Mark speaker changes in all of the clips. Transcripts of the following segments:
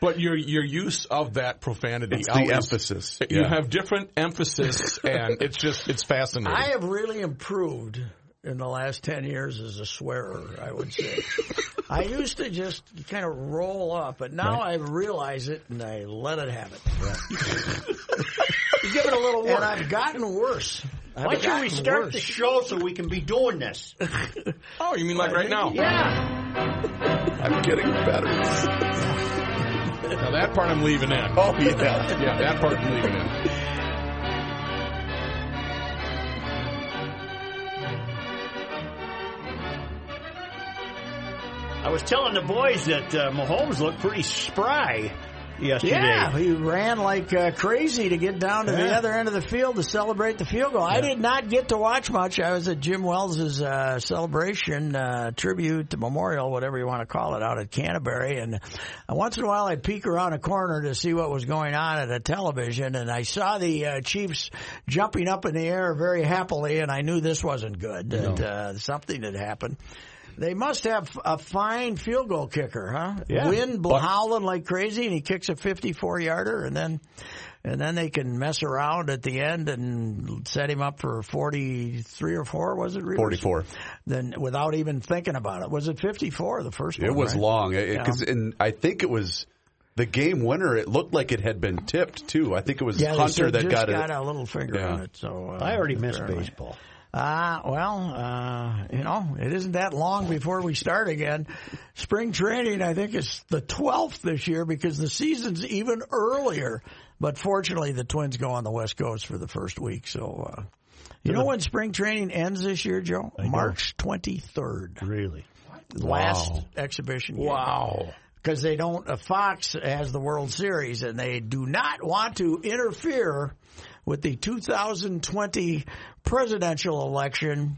Speaker 1: But your your use of that profanity,
Speaker 2: It's the
Speaker 1: always-
Speaker 2: emphasis,
Speaker 1: You
Speaker 2: yeah.
Speaker 1: have different emphasis, and it's just it's fascinating.
Speaker 3: I have really improved in the last 10 years as a swearer, I would say. I used to just kind of roll up, but now I realize it and I let it have it.
Speaker 4: You give it a little work.
Speaker 3: And I've gotten worse. I've
Speaker 4: Why don't we
Speaker 3: gotten
Speaker 4: start
Speaker 3: worse.
Speaker 4: the show so we can be doing this?
Speaker 1: oh, you mean like right now?
Speaker 4: Yeah.
Speaker 2: I'm getting better.
Speaker 1: Now that part I'm leaving in.
Speaker 2: Oh yeah.
Speaker 1: Yeah, that part I'm leaving in.
Speaker 4: I was telling the boys that uh, Mahomes looked pretty spry yesterday.
Speaker 3: Yeah, he ran like uh, crazy to get down to the
Speaker 4: Yeah.
Speaker 3: other end of the field to celebrate the field goal. I did not get to watch much. I was at Jim Wells's uh, celebration uh, tribute to memorial, whatever you want to call it, out at Canterbury. And uh, once in a while, I'd peek around a corner to see what was going on at a television, and I saw the uh, Chiefs jumping up in the air very happily, and I knew this wasn't good. That uh, something had happened. They must have a fine field goal kicker, huh?
Speaker 4: Yeah.
Speaker 3: Wind bl- howling like crazy, and he kicks a 54 yarder, and then and then they can mess around at the end and set him up for 43 or four. Was it Reavers?
Speaker 2: 44.
Speaker 3: Then without even thinking about it, was it 54 the first
Speaker 2: It
Speaker 3: one?
Speaker 2: was
Speaker 3: right?
Speaker 2: long because,
Speaker 3: Yeah.
Speaker 2: and I think it was the game winner. It looked like it had been tipped too. I think it was
Speaker 3: Yeah, they
Speaker 2: Hunter
Speaker 3: said
Speaker 2: that
Speaker 3: just
Speaker 2: got, it.
Speaker 3: a little finger
Speaker 2: Yeah.
Speaker 3: on it. So uh,
Speaker 4: I already missed
Speaker 3: apparently.
Speaker 4: baseball.
Speaker 3: Uh, well, uh, you know, it isn't that long before we start again. Spring training, I think, is the 12th this year because the season's even earlier. But fortunately, the Twins go on the West Coast for the first week. So, uh, you know when spring training ends this year, Joe? March 23rd.
Speaker 4: Really?
Speaker 3: Last exhibition game.
Speaker 1: Wow.
Speaker 3: Because they don't, uh, Fox has the World Series and they do not want to interfere with the 2020 presidential election,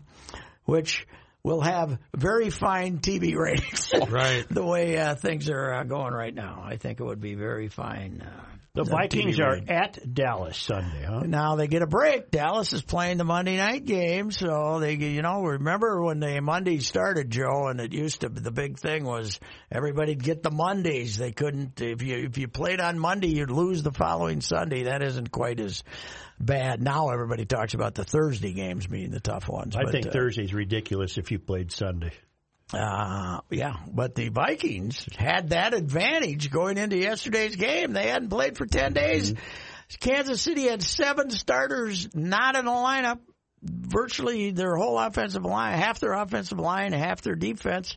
Speaker 3: which will have very fine TV ratings.
Speaker 1: Right.
Speaker 3: the way uh, things are uh, going right now, I think it would be very fine. Uh,
Speaker 4: The
Speaker 3: TV
Speaker 4: Vikings are
Speaker 3: rating.
Speaker 4: at Dallas Sunday, huh?
Speaker 3: Now they get a break. Dallas is playing the Monday night game, so they, you know, remember when the Monday started, Joe, and it used to the big thing was everybody'd get the Mondays. They couldn't if you if you played on Monday, you'd lose the following Sunday. That isn't quite as bad. Now everybody talks about the Thursday games being the tough ones.
Speaker 4: I
Speaker 3: but,
Speaker 4: think
Speaker 3: uh,
Speaker 4: Thursday's ridiculous if you played Sunday.
Speaker 3: uh, yeah, but the Vikings had that advantage going into yesterday's game. They hadn't played for 10 days.
Speaker 4: Mm-hmm.
Speaker 3: Kansas City had seven starters not in the lineup. Virtually their whole offensive line, half their offensive line, half their defense,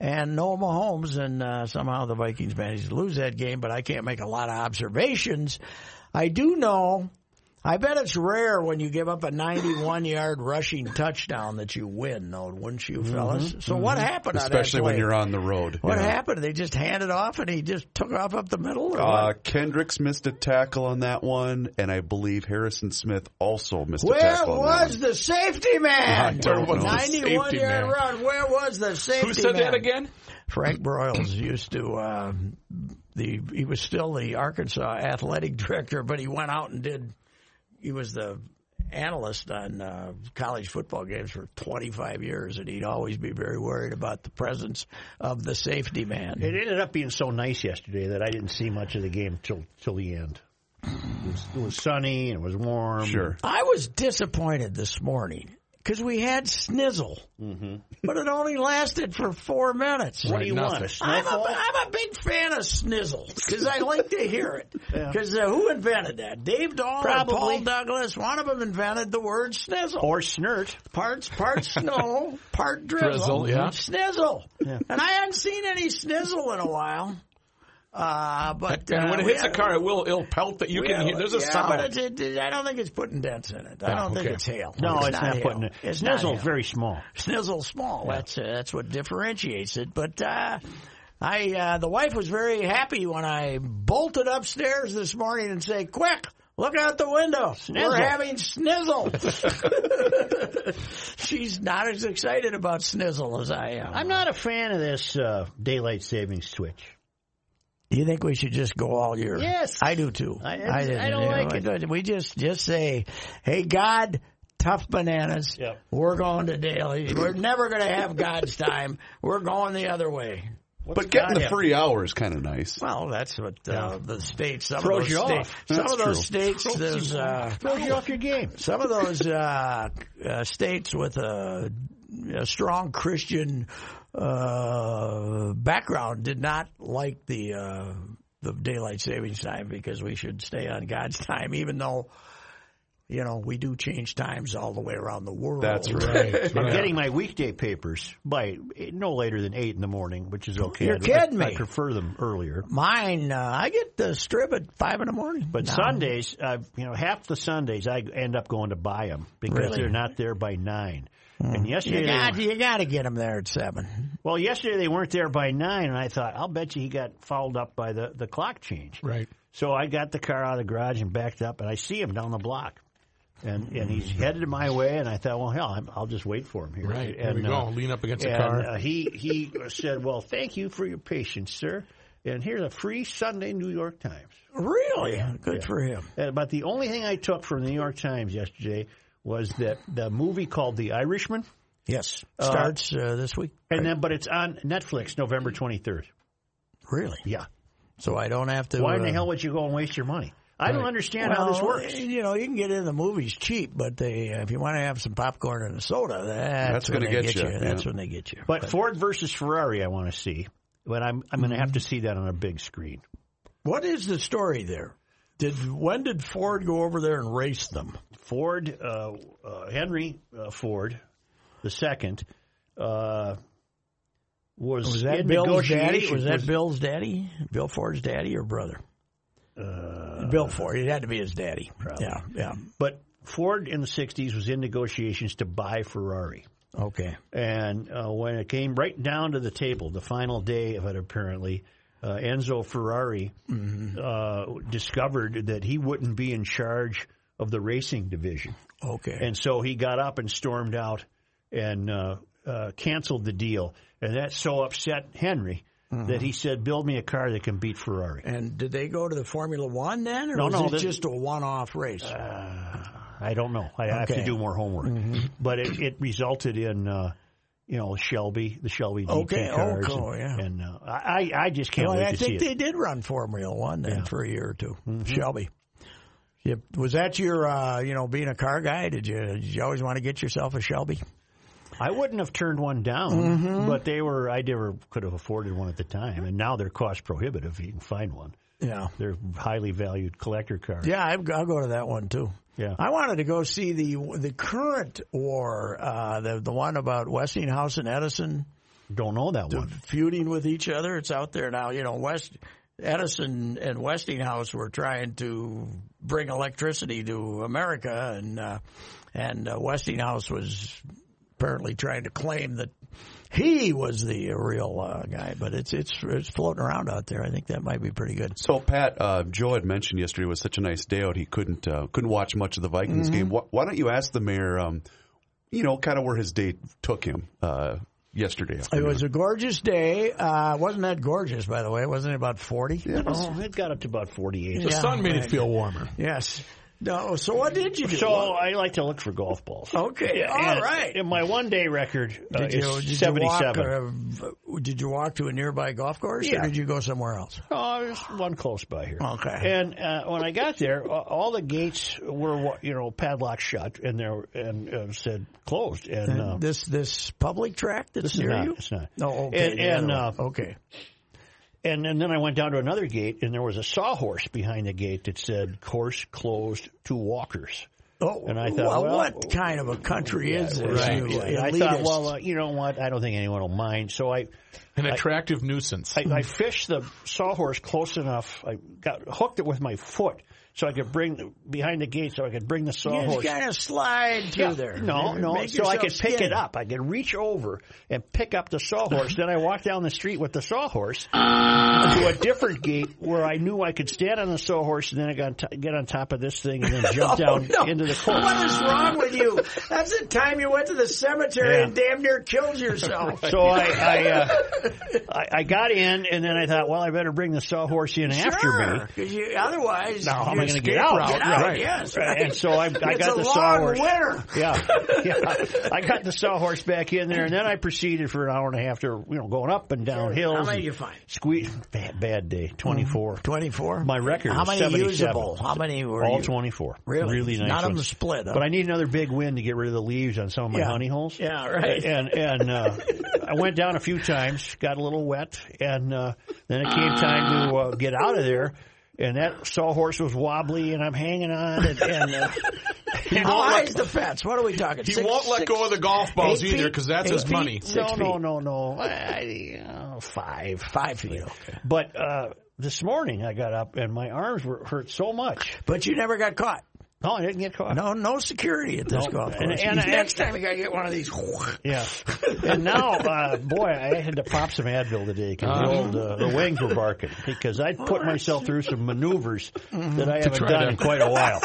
Speaker 3: and no Mahomes. And uh, somehow the Vikings managed to lose that game, but I can't make a lot of observations. I do know I bet it's rare when you give up a 91 yard rushing touchdown that you win, though, wouldn't you, fellas? So what happened? on that
Speaker 2: Mm-hmm. especially when
Speaker 3: play?
Speaker 2: you're on the road.
Speaker 3: What
Speaker 2: Yeah.
Speaker 3: happened? They just handed off and he just took off up the middle. Or
Speaker 2: Uh,
Speaker 3: what?
Speaker 2: Kendricks missed a tackle on that one, and I believe Harrison Smith also missed a
Speaker 3: Where
Speaker 2: tackle. on that
Speaker 3: was
Speaker 2: one.
Speaker 3: the safety man?
Speaker 2: don't know.
Speaker 3: 91
Speaker 1: Safety
Speaker 3: yard
Speaker 1: man.
Speaker 3: run. Where was the safety
Speaker 1: Who said
Speaker 3: man?
Speaker 1: that again?
Speaker 3: Frank Broyles used to uh, the he was still the Arkansas athletic director, but he went out and did he was the analyst on uh, college football games for 25 years, and he'd always be very worried about the presence of the safety man.
Speaker 4: It ended up being so nice yesterday that I didn't see much of the game till till the end. It was, it was sunny and it was warm.
Speaker 2: Sure.
Speaker 3: I was disappointed this morning because we had Snizzle,
Speaker 1: Mm-hmm.
Speaker 3: but it only lasted for four minutes.
Speaker 4: What do you
Speaker 1: nothing.
Speaker 4: want? A
Speaker 3: I'm a,
Speaker 4: snowfall?
Speaker 3: I'm a big fan of Snizzle because I like to hear it. Because uh, who invented that? Dave Dahl,
Speaker 4: Probably.
Speaker 3: Paul Douglas. One of them invented the word Snizzle.
Speaker 4: or snert?
Speaker 3: Parts, part snow, part drizzle,
Speaker 1: Drizzle, yeah.
Speaker 3: snizzle. And I haven't seen any snizzle in a while. Uh, but
Speaker 1: And
Speaker 3: uh,
Speaker 1: when it
Speaker 3: we
Speaker 1: hits a
Speaker 3: had-
Speaker 1: car, it will it'll pelt that you
Speaker 3: we
Speaker 1: can
Speaker 3: had-
Speaker 1: hear. There's a
Speaker 3: yeah,
Speaker 1: sound.
Speaker 3: but it's, it, it- I don't think it's putting dents in it. I don't
Speaker 1: okay.
Speaker 3: think it's hail.
Speaker 4: No, it's, not,
Speaker 3: hail.
Speaker 4: putting it.
Speaker 3: It's not
Speaker 4: Snizzle's
Speaker 3: hail.
Speaker 4: very small.
Speaker 3: Snizzle small. That's uh, that's what differentiates it. But uh, I uh, the wife was very happy when I bolted upstairs this morning and say, "Quick, look out the window! We're
Speaker 4: Snizzle."
Speaker 3: having snizzle." She's not as excited about snizzle as I am.
Speaker 4: I'm not a fan of this uh, daylight savings switch.
Speaker 3: Do you think we should just go all year?
Speaker 4: Yes.
Speaker 3: I do too.
Speaker 4: I- I just- I don't like it.
Speaker 3: it. We just just say, "Hey God, tough bananas.
Speaker 4: Yep.
Speaker 3: We're going to daily. We're never going to have God's time. We're going the other way."
Speaker 2: But getting
Speaker 4: Yeah.
Speaker 2: the free hour is kind of nice.
Speaker 3: Well, that's what uh, the states. Some
Speaker 4: Throws
Speaker 3: of
Speaker 4: you
Speaker 3: those states.
Speaker 4: off.
Speaker 3: Some
Speaker 2: That's
Speaker 3: of those
Speaker 2: true.
Speaker 3: states. There's uh,
Speaker 4: Throws you off your game.
Speaker 3: some of those uh, uh, states with a, a strong Christian uh, background did not like the uh, the daylight savings time because we should stay on God's time, even though you know we do change times all the way around the world.
Speaker 2: That's right.
Speaker 4: I'm getting my weekday papers by eh, no later than eight in the morning, which is okay.
Speaker 3: You're
Speaker 4: I-
Speaker 3: kidding
Speaker 4: I,
Speaker 3: me.
Speaker 4: I prefer them earlier.
Speaker 3: Mine, uh, I get the strip at five in the morning.
Speaker 4: But
Speaker 3: now.
Speaker 4: Sundays, uh, you know, half the Sundays I end up going to buy them because
Speaker 3: Really? Hmm.
Speaker 4: they're not there by nine. And yesterday,
Speaker 3: you
Speaker 4: they
Speaker 3: got
Speaker 4: were-
Speaker 3: you got to get them there at seven.
Speaker 4: well, yesterday they weren't there by nine, and I thought, I'll bet you he got fouled up by the the clock change.
Speaker 1: right.
Speaker 4: So I got the car out of the garage and backed up, and I see him down the block. And, and he's headed my way, and I thought, well, hell, I'm, I'll just wait for him here.
Speaker 1: Right. There
Speaker 4: and,
Speaker 1: we go.
Speaker 4: uh,
Speaker 1: Lean up against the
Speaker 4: and
Speaker 1: car.
Speaker 4: uh, he he said, "Well, thank you for your patience, sir, and here's a free Sunday New York Times."
Speaker 3: Really, good for him.
Speaker 4: Uh, But the only thing I took from the New York Times yesterday was that the movie called The Irishman,
Speaker 3: Yes, starts uh, this week.
Speaker 4: and then but it's on Netflix November twenty third.
Speaker 3: Really?
Speaker 4: Yeah,
Speaker 3: So I don't have to.
Speaker 4: why in the
Speaker 3: uh,
Speaker 4: hell would you go and waste your money? I don't understand how
Speaker 3: well, eh,
Speaker 4: this works.
Speaker 3: You know, you can get in the movies cheap, but they uh, if you want to have some popcorn and a soda, that's,
Speaker 2: That's
Speaker 3: when
Speaker 2: gonna
Speaker 3: they
Speaker 2: get you,
Speaker 3: That's
Speaker 2: yeah.
Speaker 3: when they get you.
Speaker 4: But Ford versus Ferrari, I want to see. But I'm I'm going to have to
Speaker 3: Mm-hmm.
Speaker 4: see that on a big screen.
Speaker 3: what is the story there? Did when did Ford go over there and race them?
Speaker 4: Ford, uh, uh, Henry uh, Ford, the second, uh, was,
Speaker 3: Was that
Speaker 4: in
Speaker 3: Bill's daddy?
Speaker 4: negotiation-
Speaker 3: Was that Bill's daddy? Uh, Bill Ford's daddy or brother? Bill Ford. It had to be his daddy. Yeah, yeah.
Speaker 4: But Ford in the '60s was in negotiations to buy Ferrari,
Speaker 3: Okay.
Speaker 4: and uh, when it came right down to the table, the final day of it, apparently. Uh, Enzo Ferrari uh, discovered that he wouldn't be in charge of the racing division.
Speaker 3: Okay.
Speaker 4: And so he got up and stormed out and uh, uh, canceled the deal. And that so upset Henry that he said, "Build me a car that can beat Ferrari."
Speaker 3: And did they go to the Formula One then, or
Speaker 4: No,
Speaker 3: was
Speaker 4: no, Uh,
Speaker 3: it
Speaker 4: this-
Speaker 3: just a one-off race?
Speaker 4: I don't know. I have
Speaker 3: Okay. Mm-hmm.
Speaker 4: to do more homework. But it, it resulted in. Uh, you know Shelby, the Shelby GT
Speaker 3: Okay, oh,
Speaker 4: cars,
Speaker 3: cool,
Speaker 4: and,
Speaker 3: yeah.
Speaker 4: and, uh, I I just can't
Speaker 3: Well,
Speaker 4: wait
Speaker 3: I
Speaker 4: to
Speaker 3: think
Speaker 4: see
Speaker 3: they
Speaker 4: it. Mm-hmm.
Speaker 3: did run Formula One then for a year or 2 Shelby. Yep. Was that your, uh, you know, being a car guy? Did you, did you always want to get yourself a Shelby?
Speaker 4: I wouldn't have turned one down,
Speaker 3: Mm-hmm.
Speaker 4: but they were I never could have afforded one at the time, and now they're cost prohibitive. You can find one;
Speaker 3: Yeah.
Speaker 4: they're highly valued collector cars.
Speaker 3: Yeah, I've, I'll go to that one too.
Speaker 4: Yeah.
Speaker 3: I wanted to go see the the current war, uh, the the one about Westinghouse and Edison
Speaker 4: Don't know that one.
Speaker 3: feuding with each other. It's out there now. You know, West Edison and Westinghouse were trying to bring electricity to America, and uh, and uh, Westinghouse was apparently trying to claim that he was the real uh, guy. But it's it's it's floating around out there. I think that might be pretty good.
Speaker 2: So Pat, uh, Joe had mentioned yesterday was such a nice day out. He couldn't uh, couldn't watch much of the Vikings
Speaker 3: Mm-hmm.
Speaker 2: game. Why, why don't you ask the mayor? Um, you know, kind of where his day took him uh, yesterday.
Speaker 3: It
Speaker 2: Afternoon.
Speaker 3: was a gorgeous day. Uh, wasn't that gorgeous, by the way? Wasn't it about forty?
Speaker 4: Oh, it got up to about 48.
Speaker 1: The sun made it feel warmer.
Speaker 3: Yes. No, so what did you do?
Speaker 4: So I like to look for golf balls.
Speaker 3: okay, all right.
Speaker 4: And- And my one day record uh,
Speaker 3: Did you,
Speaker 4: is
Speaker 3: did you walk?
Speaker 4: 77.
Speaker 3: uh, did you walk to a nearby golf course,
Speaker 4: Yeah.
Speaker 3: or did you go somewhere else?
Speaker 4: Oh, there's one close by here.
Speaker 3: Okay.
Speaker 4: And uh, when I got there, a- all the gates were wa- you know padlocked shut, and there and uh, said closed. And, uh,
Speaker 3: this this public track that's
Speaker 4: it's
Speaker 3: near
Speaker 4: not,
Speaker 3: you?
Speaker 4: It's not.
Speaker 3: No, okay.
Speaker 4: And,
Speaker 3: the
Speaker 4: and,
Speaker 3: other
Speaker 4: uh,
Speaker 3: one. okay.
Speaker 4: and and then I went down to another gate, and there was a sawhorse behind the gate that said "Course closed to walkers."
Speaker 3: Oh,
Speaker 4: and I thought,
Speaker 3: well,
Speaker 4: well,
Speaker 3: what kind of a country is this?
Speaker 1: right.
Speaker 3: You
Speaker 1: Yeah,
Speaker 4: And I
Speaker 3: elitist?
Speaker 4: thought, well, uh, you know what? I don't think anyone will mind. So I
Speaker 1: An attractive nuisance.
Speaker 4: I, I fished the sawhorse close enough. I got hooked it with my foot, so I could bring the, behind the gate, so I could bring the
Speaker 3: you just
Speaker 4: sawhorse.
Speaker 3: kind of slide through
Speaker 4: oh, Yeah,
Speaker 3: there.
Speaker 4: No,
Speaker 3: Make
Speaker 4: no. So I
Speaker 3: yourself
Speaker 4: could pick it
Speaker 3: skinny.
Speaker 4: up. I could reach over and pick up the sawhorse. then I walked down the street with the sawhorse to a different gate where I knew I could stand on the sawhorse, and then I got to, get on top of this thing and then jump down
Speaker 3: Oh, No.
Speaker 4: into the course.
Speaker 3: What is wrong with you? That's the time you went to the cemetery
Speaker 4: Yeah.
Speaker 3: and damn near killed yourself.
Speaker 4: So I I, uh, I I got in, and then I thought, well, I better bring the sawhorse in after me.
Speaker 3: Sure, 'cause you- otherwise,
Speaker 4: Now, how am
Speaker 3: your
Speaker 4: I going to
Speaker 3: escape
Speaker 4: get out?
Speaker 3: route-
Speaker 4: Right,
Speaker 3: Get out,
Speaker 4: right.
Speaker 3: yes.
Speaker 4: Right. And so I, I
Speaker 3: it's
Speaker 4: got
Speaker 3: a
Speaker 4: the
Speaker 3: long
Speaker 4: sawhorse.
Speaker 3: winter.
Speaker 4: Yeah, yeah. I got the sawhorse back in there, and then I proceeded for an hour and a half to you know going up and down hills.
Speaker 3: How many
Speaker 4: and
Speaker 3: you Mm-hmm. find?
Speaker 4: Squeeze. Bad, bad day. Twenty four.
Speaker 3: 24?
Speaker 4: My record
Speaker 3: How
Speaker 4: was
Speaker 3: many
Speaker 4: 77.
Speaker 3: usable? How many were
Speaker 4: All
Speaker 3: you-
Speaker 4: twenty four.
Speaker 3: Really?
Speaker 4: really nice.
Speaker 3: None of them
Speaker 4: ones.
Speaker 3: split, huh?
Speaker 4: But I need another big win to get rid of the leaves on some of my
Speaker 3: Yeah.
Speaker 4: honey holes.
Speaker 3: Yeah, right.
Speaker 4: And and uh, I went down a few times, got a little wet, and uh, then it came time to uh, get out of there. And that sawhorse was wobbly, and I'm hanging on, and, and uh,
Speaker 3: How high is the fence? What are we talking?
Speaker 1: He
Speaker 3: Six-
Speaker 1: won't let
Speaker 3: six-
Speaker 1: go of the golf balls
Speaker 3: eight
Speaker 1: either
Speaker 3: feet?
Speaker 1: because that's
Speaker 3: Eight
Speaker 1: his
Speaker 3: feet?
Speaker 1: money.
Speaker 3: Six
Speaker 4: no,
Speaker 3: feet.
Speaker 4: no, no, no, I, uh, five.
Speaker 3: Five feet. Okay.
Speaker 4: But uh, this morning I got up and my arms were hurt so much.
Speaker 3: But you never got caught.
Speaker 4: No, I didn't get caught.
Speaker 3: No, no security at this
Speaker 4: No.
Speaker 3: golf course.
Speaker 4: And- and-
Speaker 3: Next time you got to get one of these.
Speaker 4: Yeah. And now, uh, boy, I had to pop some Advil today because the old uh, the wings were barking because I put myself through some maneuvers
Speaker 3: Mm-hmm.
Speaker 4: that I haven't
Speaker 1: try
Speaker 4: done
Speaker 1: to-
Speaker 4: in quite a while.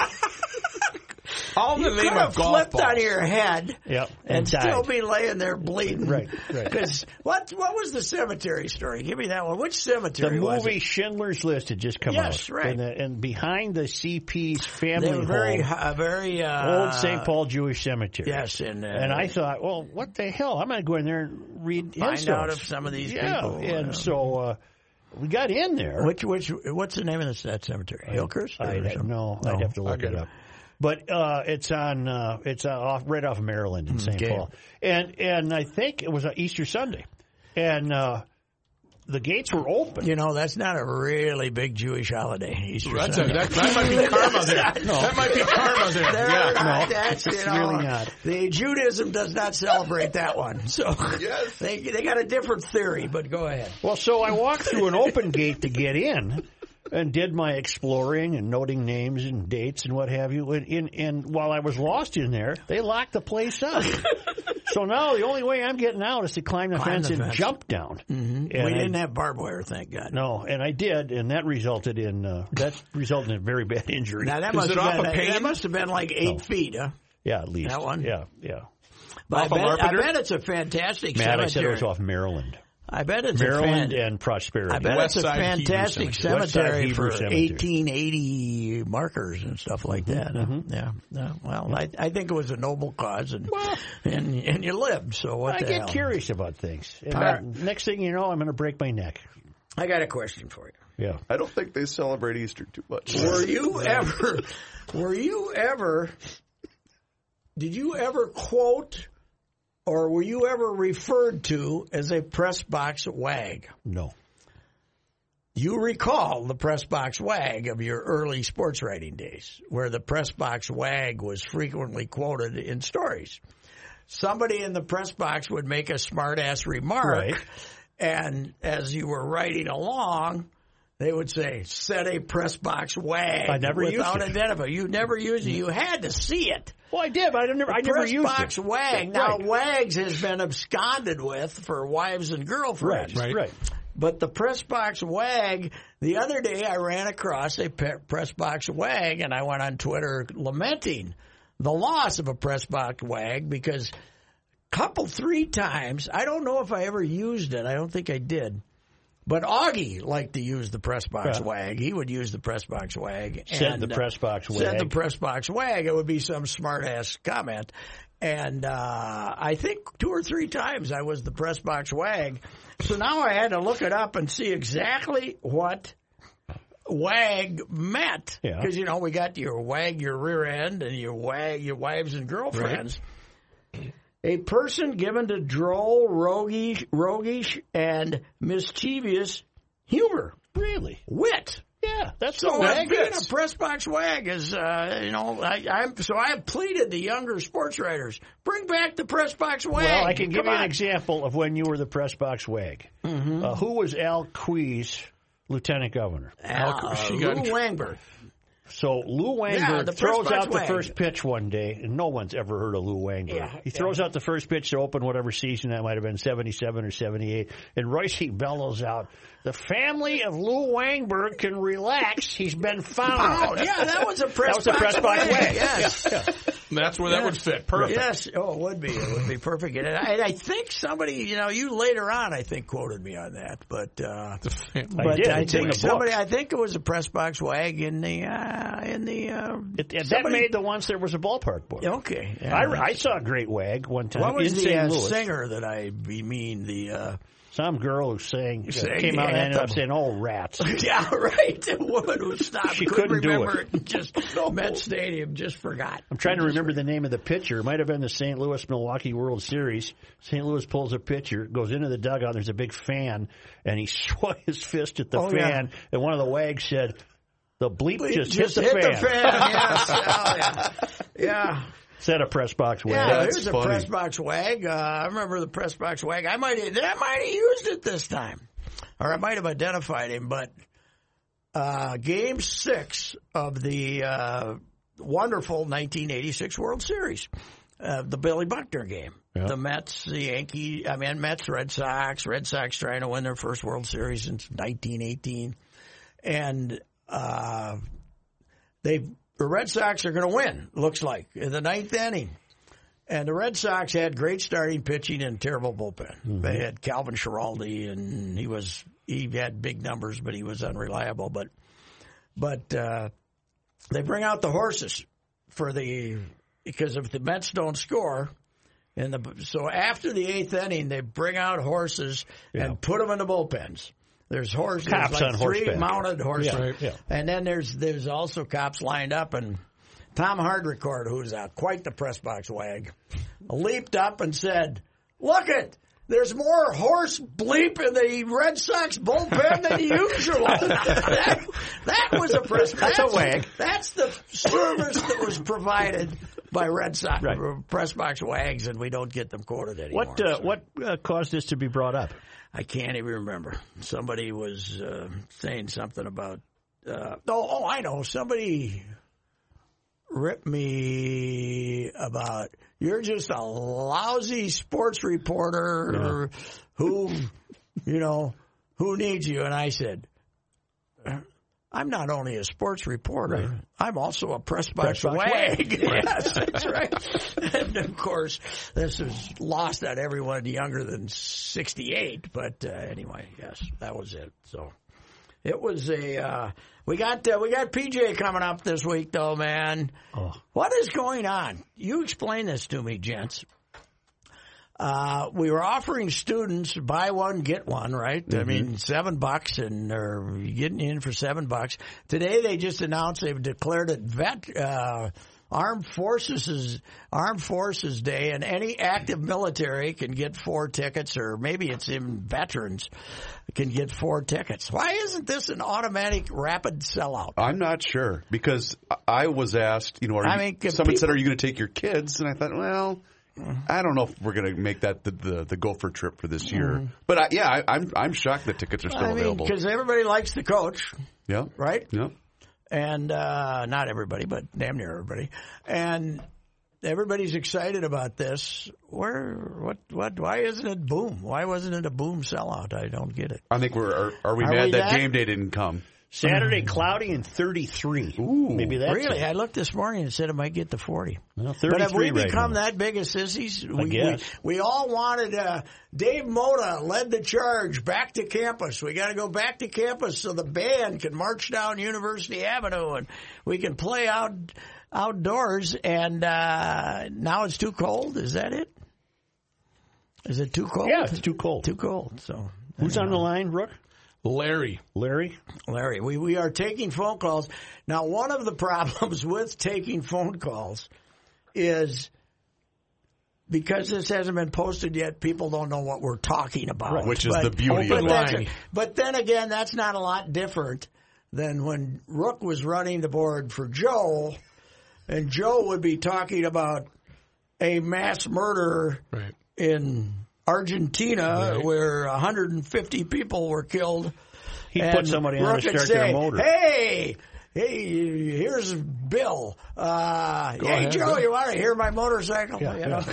Speaker 1: All in the
Speaker 3: Could
Speaker 1: name
Speaker 3: have
Speaker 1: of golf
Speaker 3: flipped
Speaker 1: balls.
Speaker 3: on your head.
Speaker 4: Yep.
Speaker 3: And,
Speaker 4: And died.
Speaker 3: still be laying there bleeding.
Speaker 4: Right, right.
Speaker 3: Because what what was the cemetery story? Give me that one. Which
Speaker 4: The
Speaker 3: cemetery was
Speaker 4: movie
Speaker 3: it?
Speaker 4: Schindler's List had just come
Speaker 3: Yes,
Speaker 4: out.
Speaker 3: right.
Speaker 4: And, the, and behind the CP's family
Speaker 3: They were very,
Speaker 4: home,
Speaker 3: uh, very uh,
Speaker 4: old St. Paul Jewish Cemetery.
Speaker 3: Yes, and uh,
Speaker 4: And I thought, well, what the hell? I'm going to go in there and read
Speaker 3: find out
Speaker 4: insults.
Speaker 3: if some of these
Speaker 4: yeah.
Speaker 3: people.
Speaker 4: And
Speaker 3: uh,
Speaker 4: so uh, we got in there.
Speaker 3: which which what's the name of this, that cemetery? Hillcrest? or
Speaker 4: I'd,
Speaker 3: something?
Speaker 4: no, I'd have to look
Speaker 1: Okay.
Speaker 4: it up. But uh, it's on uh, it's uh, off right off Maryland in St.
Speaker 3: Okay.
Speaker 4: Paul, and and I think it was uh, Easter Sunday, and uh, the gates were open.
Speaker 3: You know that's not a really big Jewish holiday. Easter
Speaker 1: That's a,
Speaker 3: Sunday.
Speaker 1: that, that might be karma there. That might be karma there.
Speaker 3: They're
Speaker 1: Yeah.
Speaker 3: not-
Speaker 4: no,
Speaker 3: that's,
Speaker 4: it's
Speaker 3: you know,
Speaker 4: really not.
Speaker 3: The Judaism does not celebrate that one. So
Speaker 1: Yes.
Speaker 3: they they got a different theory. But go ahead.
Speaker 4: Well, so I walked through an open gate to get in, and did my exploring and noting names and dates and what have you. And and, and while I was lost in there, they locked the place up. so now the only way I'm getting out is to climb the
Speaker 3: Climb
Speaker 4: fence
Speaker 3: the
Speaker 4: and
Speaker 3: fence.
Speaker 4: jump down. Mm-hmm.
Speaker 3: we didn't have barbed wire, thank God.
Speaker 4: No, and I did, and that resulted in uh, that resulted in a very bad injury.
Speaker 3: Now that
Speaker 1: Is
Speaker 3: must
Speaker 1: it
Speaker 3: have
Speaker 1: off
Speaker 3: been,
Speaker 1: a
Speaker 3: that
Speaker 1: pane?
Speaker 3: must have been like eight feet, huh?
Speaker 4: yeah, at least
Speaker 3: That one?
Speaker 4: Yeah, yeah.
Speaker 3: But
Speaker 1: Off a
Speaker 3: I, bet, I
Speaker 1: Larpenter?
Speaker 3: bet it's a fantastic
Speaker 4: Matt,
Speaker 3: cemetery.
Speaker 4: I said it was off Maryland,
Speaker 3: I bet it's
Speaker 4: Maryland
Speaker 3: a fan,
Speaker 4: and Prosperity.
Speaker 3: I bet
Speaker 1: West
Speaker 3: it's a
Speaker 1: Side Hebrew
Speaker 3: fantastic
Speaker 1: Cemetery.
Speaker 4: West Side
Speaker 3: cemetery
Speaker 4: Hebrew
Speaker 3: for
Speaker 4: Cemetery. Mm-hmm.
Speaker 3: 1880 markers and stuff like that. huh? Yeah. Yeah. Well, I, I think it was a noble cause, and and and you lived. So what
Speaker 4: I
Speaker 3: the
Speaker 4: get
Speaker 3: hell?
Speaker 4: curious about things. And
Speaker 3: All right.
Speaker 4: Next thing you know, I'm going to break my neck.
Speaker 3: I got a question for you.
Speaker 4: Yeah.
Speaker 2: I don't think they celebrate Easter too much.
Speaker 3: Were you ever? Were you ever? Did you ever quote, or were you ever referred to as a press box wag?
Speaker 4: No.
Speaker 3: You recall the press box wag of your early sports writing days, where the press box wag was frequently quoted in stories. Somebody in the press box would make a smart ass remark,
Speaker 4: Right.
Speaker 3: and as you were writing along, they would say, "Set a press box wag."
Speaker 4: I never used
Speaker 3: without
Speaker 4: it.
Speaker 3: identifying. You never used it. You had to see it.
Speaker 4: Well, I did, but I never, I never
Speaker 3: Press
Speaker 4: used
Speaker 3: box
Speaker 4: it.
Speaker 3: wag. Now,
Speaker 4: Right.
Speaker 3: wags has been absconded with for wives and girlfriends.
Speaker 4: right, right.
Speaker 3: But the press box wag, the other day I ran across a pe- press box wag and I went on Twitter lamenting the loss of a press box wag because couple three times, I don't know if I ever used it. I don't think I did. But Augie liked to use the press box wag. He would use the press box wag.
Speaker 4: Said the
Speaker 3: uh,
Speaker 4: press box
Speaker 3: Said the
Speaker 4: wag.
Speaker 3: press box wag. It would be some smart ass comment. And uh, I think two or three times I was the press box wag. So now I had to look it up and see exactly what wag meant.
Speaker 4: Yeah.
Speaker 3: Because, you know, we got your wag your rear end and your wag your wives and girlfriends. A person given to droll, roguish, roguish, and mischievous humor,
Speaker 4: Really?
Speaker 3: wit.
Speaker 4: Yeah, that's
Speaker 3: So
Speaker 4: the wag.
Speaker 3: I've been a press box wag is, uh, you know, I, I'm so I have pleaded the younger sports writers bring back the press box wag.
Speaker 4: Well, I can give
Speaker 3: Come
Speaker 4: you an
Speaker 3: on. Mm-hmm.
Speaker 4: example of when you were the press box wag. Uh, who was Al Quees, lieutenant governor? oh,
Speaker 3: Uh,
Speaker 1: she got
Speaker 3: Lou
Speaker 1: in tr-
Speaker 3: Langberg.
Speaker 4: So Lou
Speaker 3: Yeah,
Speaker 4: Wanger
Speaker 3: the press
Speaker 4: throws
Speaker 3: box
Speaker 4: out the
Speaker 3: wag.
Speaker 4: first pitch one day, and no one's ever heard of Lou Wanger.
Speaker 3: Yeah,
Speaker 4: he throws out the first pitch to open whatever season that might have been, 77 or 78, and Royce bellows out, the family of Lou Wangberg can relax. He's been
Speaker 3: Oh,
Speaker 4: found.
Speaker 3: yeah, that was a press
Speaker 4: That was a press box wag.
Speaker 3: Yes.
Speaker 1: That's where that would fit. Perfect.
Speaker 3: Yes. Oh, it would be. It would be perfect. And I, and I think somebody, you know, you later on, I think, quoted me on that. But
Speaker 4: I
Speaker 3: uh, but
Speaker 4: did.
Speaker 3: I
Speaker 4: It's in the
Speaker 3: think
Speaker 4: book.
Speaker 3: somebody, I think it was a press box wag in the uh, in the. Uh,
Speaker 4: It- it- that
Speaker 3: somebody-
Speaker 4: made the once there was a ballpark book.
Speaker 3: okay. Yeah.
Speaker 4: I, I saw a great wag one time
Speaker 3: what was
Speaker 4: in
Speaker 3: the
Speaker 4: St.
Speaker 3: uh,
Speaker 4: Louis.
Speaker 3: singer that I be mean the? Uh,
Speaker 4: Some girl who sang, uh,
Speaker 3: Sang
Speaker 4: came
Speaker 3: the
Speaker 4: out and ended up
Speaker 3: anthem.
Speaker 4: saying, "Oh, rats."
Speaker 3: yeah, right. The woman who stopped
Speaker 4: She
Speaker 3: couldn't,
Speaker 4: couldn't do
Speaker 3: remember
Speaker 4: it.
Speaker 3: and Just Met Stadium just forgot.
Speaker 4: I'm trying to remember the name of the pitcher. It might have been the St. Louis Milwaukee World Series. St. Louis pulls a pitcher, goes into the dugout. There's a big fan, and he swung his fist at the
Speaker 3: Oh, yeah.
Speaker 4: fan. And one of the wags said, "The bleep, just,
Speaker 3: just
Speaker 4: hit the fan."
Speaker 3: yes. Oh, yeah. yeah.
Speaker 4: Said a press box wag.
Speaker 3: Yeah,
Speaker 2: that's
Speaker 3: here's a
Speaker 2: funny.
Speaker 3: press box wag. Uh, I remember the press box wag. I might have, I might have used it this time, or I might have identified him. But uh, game six of the uh, wonderful 1986 World Series, uh, the Billy Buckner game, the Mets, the Yankees. I mean, Mets, Red Sox, Red Sox trying to win their first World Series since 1918, and. Uh, they the Red Sox are going to win. Looks like in the ninth inning, and the Red Sox had great starting pitching and terrible bullpen.
Speaker 4: Mm-hmm.
Speaker 3: They had Calvin Schiraldi, and he was he had big numbers, but he was unreliable. But but uh, they bring out the horses for the because if the Mets don't score. And the, so after the eighth inning, they bring out horses and put them in the bullpens. There's horses,
Speaker 4: Cops
Speaker 3: like
Speaker 4: on
Speaker 3: three
Speaker 4: horseback.
Speaker 3: mounted horses,
Speaker 4: Right, yeah.
Speaker 3: and then there's there's also cops lined up, and Tom Hardrecord, who's uh, quite the press box wag, leaped up and said, "Look it." There's more horse bleep in the Red Sox bullpen than usual. that, that was a press. That's,
Speaker 4: a wag.
Speaker 3: That's the service that was provided by Red Sox
Speaker 4: Right.
Speaker 3: press box wags, and we don't get them quoted anymore.
Speaker 4: What uh, what uh, caused this to be brought up?
Speaker 3: I can't even remember. Somebody was uh, saying something about. Uh, oh, oh, I know. Somebody ripped me about. You're just a lousy sports reporter who, you know, who needs you? And I said, I'm not only a sports reporter, I'm also a press box wag. yes, that's right. and of course, this is lost on everyone younger than 68. But uh, anyway, yes, that was it. So it was a. Uh, we got uh, we got PJ coming up this week, though, man. What is going on? You explain this to me, gents. Uh, we were offering students buy one get one, right? I mean, seven bucks, and they're getting in for seven bucks. Today, they just announced they've declared it vet uh, armed forces armed forces day, and any active military can get four tickets, or maybe it's even veterans can get four tickets. Why isn't this an automatic rapid sellout?
Speaker 2: I'm not sure because I was asked, you know, are
Speaker 3: I
Speaker 2: you-
Speaker 3: mean, if
Speaker 2: someone said,
Speaker 3: people-
Speaker 2: "Are you going to take your kids?" And I thought, well, I don't know if we're going to make that the, the the Gopher trip for this year. But I, yeah, I, I'm I'm shocked that tickets are still
Speaker 3: Mm-hmm. I mean,
Speaker 2: available.
Speaker 3: because everybody likes the coach,
Speaker 2: Yeah,
Speaker 3: right?
Speaker 2: Yeah,
Speaker 3: and uh, not everybody, but damn near everybody, and everybody's excited about this. Where, what, what? Why isn't it boom? Why wasn't it a boom sellout? I don't get it.
Speaker 2: I think we're are, are we
Speaker 3: Are
Speaker 2: mad
Speaker 3: we
Speaker 2: that
Speaker 3: that-
Speaker 2: game day didn't come?
Speaker 4: Saturday, cloudy and 33. Maybe that's
Speaker 3: Mm. really,
Speaker 4: it.
Speaker 3: I looked this morning and said it might get to 40.
Speaker 4: Well,
Speaker 3: But have we
Speaker 4: 33 right
Speaker 3: become
Speaker 4: now.
Speaker 3: that big of sissies? We,
Speaker 4: guess.
Speaker 3: We, we all wanted, uh, Dave Mota led the charge back to campus. We got to go back to campus so the band can march down University Avenue and we can play out outdoors. And uh, now it's too cold. Is that it? Is it too cold?
Speaker 4: Yeah, it's too cold.
Speaker 3: Too cold. So
Speaker 4: Who's on the line, Rook?
Speaker 1: Larry.
Speaker 4: Larry?
Speaker 3: Larry, we, we are taking phone calls. Now, one of the problems with taking phone calls is because this hasn't been posted yet, people don't know what we're talking about.
Speaker 2: Which is the beauty
Speaker 3: but
Speaker 2: of it.
Speaker 3: that's-
Speaker 1: line.
Speaker 3: But then again, that's not a lot different than when Rook was running the board for Joe, and Joe would be talking about a mass murderer
Speaker 1: Right.
Speaker 3: in Argentina where 150 people were killed.
Speaker 4: He
Speaker 3: And
Speaker 4: put somebody on to
Speaker 3: Rook would
Speaker 4: start their
Speaker 3: say,
Speaker 4: motor.
Speaker 3: Hey, hey, here's Bill. Uh, hey,
Speaker 1: ahead,
Speaker 3: Joe,
Speaker 1: Bill."
Speaker 3: you want to hear my motorcycle? you know?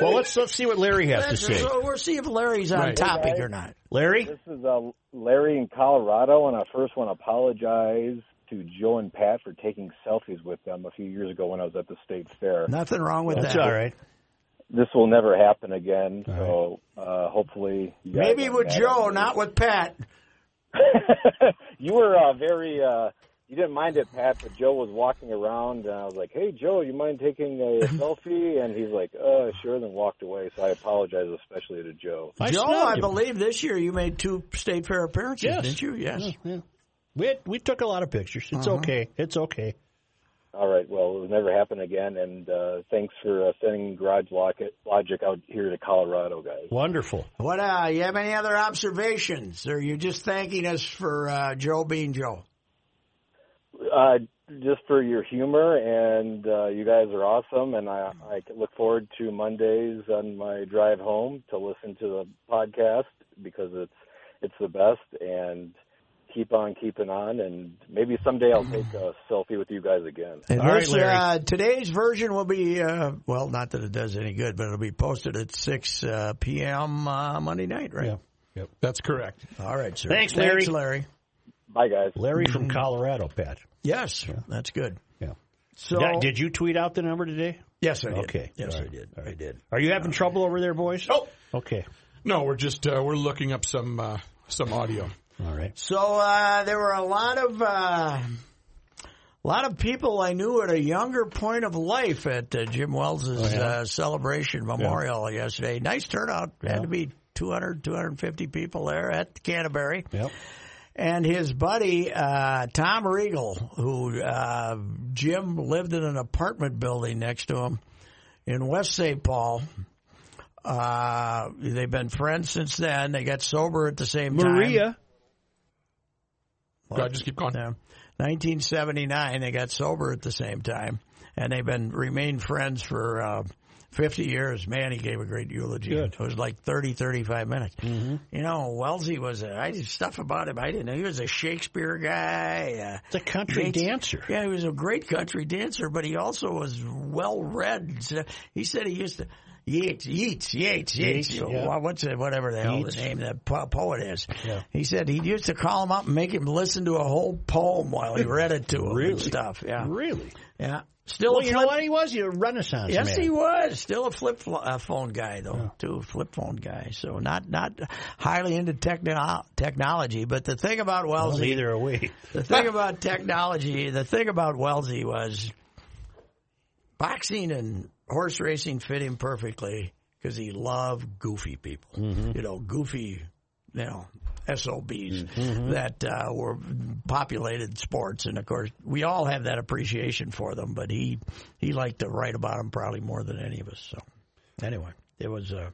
Speaker 4: Well, let's let's see what Larry has to
Speaker 3: That's-
Speaker 4: say.
Speaker 3: so we'll see if Larry's on
Speaker 1: Right.
Speaker 3: topic or not.
Speaker 4: Larry?
Speaker 5: This is uh, Larry in Colorado, and I first want to apologize to Joe and Pat for taking selfies with them a few years ago when I was at the state fair.
Speaker 3: Nothing wrong with
Speaker 4: That's
Speaker 3: that.
Speaker 4: all right.
Speaker 5: This will never happen again, so uh, hopefully. You guys
Speaker 3: Maybe
Speaker 5: aren't
Speaker 3: with
Speaker 5: mad at
Speaker 3: Joe,
Speaker 5: me.
Speaker 3: not with Pat.
Speaker 5: you were uh, very. Uh, you didn't mind it, Pat, but Joe was walking around, and I was like, "Hey, Joe, you mind taking a selfie?" And he's like, "Uh, sure," and then walked away. So I apologize, especially to Joe.
Speaker 3: Joe,
Speaker 4: snubbed
Speaker 3: I
Speaker 4: him.
Speaker 3: believe this year you made two state fair appearances,
Speaker 4: Yes. Uh-huh.
Speaker 3: didn't you? Yes.
Speaker 4: Yeah. We, had- we took a lot of pictures. It's okay. It's okay.
Speaker 5: All right. Well, it'll never happen again. And uh, thanks for uh, sending Garage Logic, Logic out here to Colorado, guys.
Speaker 4: Wonderful.
Speaker 3: What? Uh, you have any other observations, or you're just thanking us for uh, Joe being Joe?
Speaker 5: Uh, just for your humor, and uh, you guys are awesome. And I, I look forward to Mondays on my drive home to listen to the podcast because it's it's the best. And keep on keeping on. And maybe someday I'll take a selfie with you guys again.
Speaker 3: And
Speaker 4: All right,
Speaker 3: this,
Speaker 4: Larry.
Speaker 3: Uh, today's version will be, uh, well, not that it does any good, but it'll be posted at 6 uh, p.m. Uh, Monday night, right?
Speaker 1: Yep. That's correct.
Speaker 3: All right, sir.
Speaker 4: Thanks, Larry.
Speaker 3: Thanks, Larry.
Speaker 5: Bye, guys.
Speaker 4: Larry from
Speaker 3: Mm-hmm.
Speaker 4: Colorado, Pat.
Speaker 3: Yes, that's good.
Speaker 4: Yeah.
Speaker 3: So,
Speaker 4: Did- did you tweet out the number today?
Speaker 3: yes, I did.
Speaker 4: Okay.
Speaker 3: Yes,
Speaker 4: All
Speaker 3: I
Speaker 4: right.
Speaker 3: did.
Speaker 4: All
Speaker 3: I
Speaker 4: right.
Speaker 3: did.
Speaker 4: Are you having trouble over there, boys?
Speaker 1: Oh.
Speaker 4: Okay.
Speaker 1: No, we're just uh, we're looking up some uh, some audio.
Speaker 4: All right.
Speaker 3: So uh, there were a lot of uh, a lot of people I knew at a younger point of life at uh, Jim
Speaker 4: Oh,
Speaker 3: Wells's uh, celebration memorial yesterday. Nice turnout. Had to be 200, 250 people there at Canterbury.
Speaker 4: Yep.
Speaker 3: and his buddy uh, Tom Regal, who uh, Jim lived in an apartment building next to him in West St. Paul. Uh, they've been friends since then. They got sober at the same time.
Speaker 4: Maria.
Speaker 1: Go ahead, just keep going.
Speaker 3: Yeah. 1979, they got sober at the same time, and they've been remained friends for uh, 50 years. Man, he gave a great eulogy. It was like 30, 35 minutes.
Speaker 1: Mm-hmm.
Speaker 3: You know, Wellesley was a, I did stuff about him. I didn't know he was a Shakespeare guy. Uh,
Speaker 4: It's a country
Speaker 3: Yates-
Speaker 4: dancer.
Speaker 3: yeah, he was a great country dancer, but he also was well read. So He said he used to Yeats, Yeats, Yeats, Yeats.
Speaker 4: Yeats, yeah.
Speaker 3: wha- What's it, whatever the hell the
Speaker 4: Yeats.
Speaker 3: name of that po- poet is. He said he used to call him up and make him listen to a whole poem while he read it to him
Speaker 4: Really?
Speaker 3: and stuff. Yeah,
Speaker 4: Really?
Speaker 3: yeah. Still,
Speaker 4: Well,
Speaker 3: a
Speaker 4: you know
Speaker 3: flip-
Speaker 4: what? He was He was a renaissance
Speaker 3: Yes,
Speaker 4: man.
Speaker 3: he was still a flip flo- uh, phone guy though, too flip phone guy. So not not highly into techno- technology, but the thing about
Speaker 4: Well,
Speaker 3: Wellesley,
Speaker 4: either way.
Speaker 3: the thing about technology, the thing about Wellesley was boxing and horse racing fit him perfectly because he loved goofy people. You know, goofy, you know, SOBs that uh, were populated sports. And of course, we all have that appreciation for them, but he, he liked to write about them probably more than any of us. So anyway, it was a,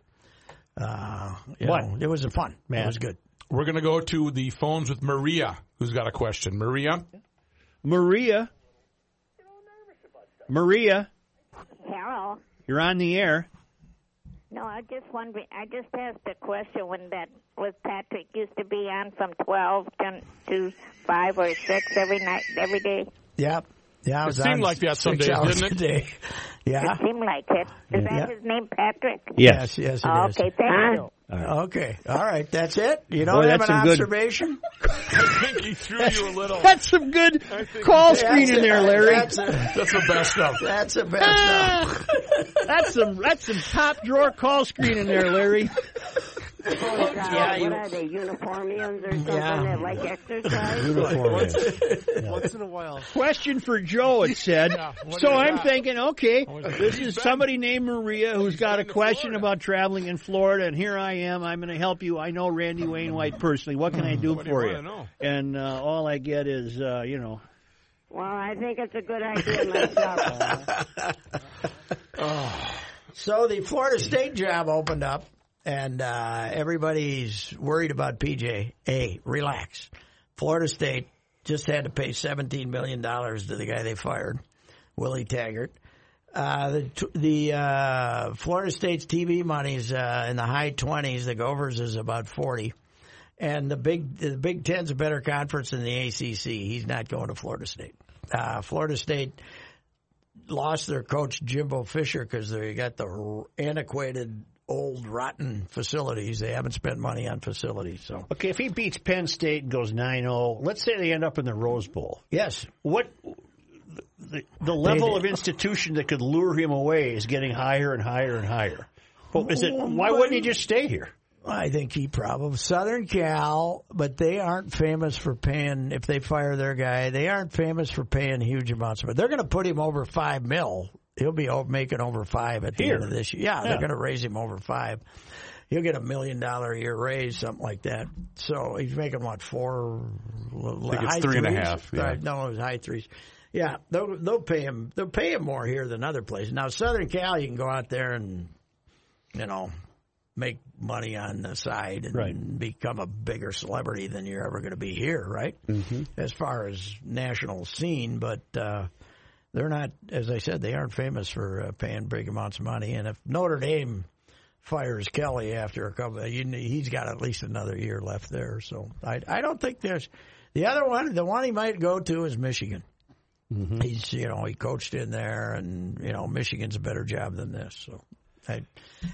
Speaker 3: uh, you
Speaker 4: Fun.
Speaker 3: know, it was a fun. It
Speaker 4: Man.
Speaker 3: was good.
Speaker 1: We're gonna go to the phones with Maria, who's got a question. Maria,
Speaker 4: Maria. Maria,
Speaker 6: Carol,
Speaker 4: you're on the air.
Speaker 6: no, I just wondering. I just asked a question when that was Patrick used to be on from twelve to, to five or six every night, every day.
Speaker 3: Yep. Yeah, I was
Speaker 1: seemed
Speaker 3: on
Speaker 1: like that some
Speaker 3: six
Speaker 1: days,
Speaker 3: hours
Speaker 1: didn't it?
Speaker 3: a day. Yeah.
Speaker 6: It seemed like it. Is that
Speaker 3: Yeah.
Speaker 6: his name, Patrick? Oh,
Speaker 3: Yes, yes, it is.
Speaker 6: okay, thank you.
Speaker 3: Okay. All right. That's it. You don't
Speaker 7: Boy,
Speaker 3: have
Speaker 7: that's
Speaker 3: an
Speaker 7: some good-
Speaker 3: observation.
Speaker 1: think he threw you a little.
Speaker 7: That's some good call screen
Speaker 3: That's
Speaker 7: in
Speaker 3: it.
Speaker 7: there, Larry. Ah!
Speaker 3: That's, a,
Speaker 1: That's the best of.
Speaker 3: that's the best.
Speaker 7: That's some that's some top drawer call screen in there, Larry.
Speaker 3: Yeah, you-
Speaker 6: what are they, uniformians or something
Speaker 3: Yeah.
Speaker 6: that like exercise?
Speaker 4: Uniform.
Speaker 8: Once in a while.
Speaker 7: Question for Joe, it said.
Speaker 8: Yeah, what
Speaker 7: so
Speaker 8: is
Speaker 7: I'm
Speaker 8: that?
Speaker 7: thinking, okay,
Speaker 8: is
Speaker 7: this is somebody named Maria who's got a
Speaker 1: to
Speaker 7: question
Speaker 1: Florida.
Speaker 7: about traveling in Florida, and here I am. I'm going to help you. I know Randy Wainwright personally. What can I
Speaker 8: Hmm.
Speaker 7: do
Speaker 1: What do you
Speaker 7: for
Speaker 1: wanna know?
Speaker 7: And uh, all I get is, uh, you know,
Speaker 6: Well, I think it's a good idea myself.
Speaker 3: So the Florida State job opened up, and uh, everybody's worried about PJ. Hey, relax. Florida State just had to pay $17 million to the guy they fired, Willie Taggart. Uh, the t- the uh, Florida State's TV money's uh, in the high 20s. The Govers is about 40. And the Big the Big Ten's a better conference than the ACC. He's not going to Florida State. Uh, Florida State lost their coach Jimbo Fisher because they got the r- antiquated, old, rotten facilities. They haven't spent money on facilities. So
Speaker 4: Okay, if he beats Penn State and goes 9-0, let's say they end up in the Rose Bowl.
Speaker 3: yes,
Speaker 4: What the, the level
Speaker 3: They-
Speaker 4: of institution that could lure him away is getting higher and higher and higher. Well, is it? Why wouldn't he just stay here?
Speaker 3: I think he probably Southern Cal, but they aren't famous for paying. If they fire their guy, they aren't famous for paying huge amounts. But they're going to put him over five mil. He'll be o- making over five at the end of this year. Yeah, they're going to raise him over five. He'll get a million dollar a year raise, something like that. So he's making what four? I
Speaker 2: think it's three and a half, yeah.
Speaker 3: No, it was high threes. Yeah, they'll they'll pay him. They'll pay him more here than other places. Now Southern Cal, you can go out there and you know make money on the side and
Speaker 4: Right.
Speaker 3: become a bigger celebrity than you're ever going to be here, right? Mm-hmm. As far as national scene, but uh, they're not, as I said, they aren't famous for uh, paying big amounts of money. And if Notre Dame fires Kelly after a couple, you, kn- he's got at least another year left there. So I, I don't think there's the other one. The one he might go to is Michigan. He's, you know, he coached in there, and you know, Michigan's a better job than this. So, I,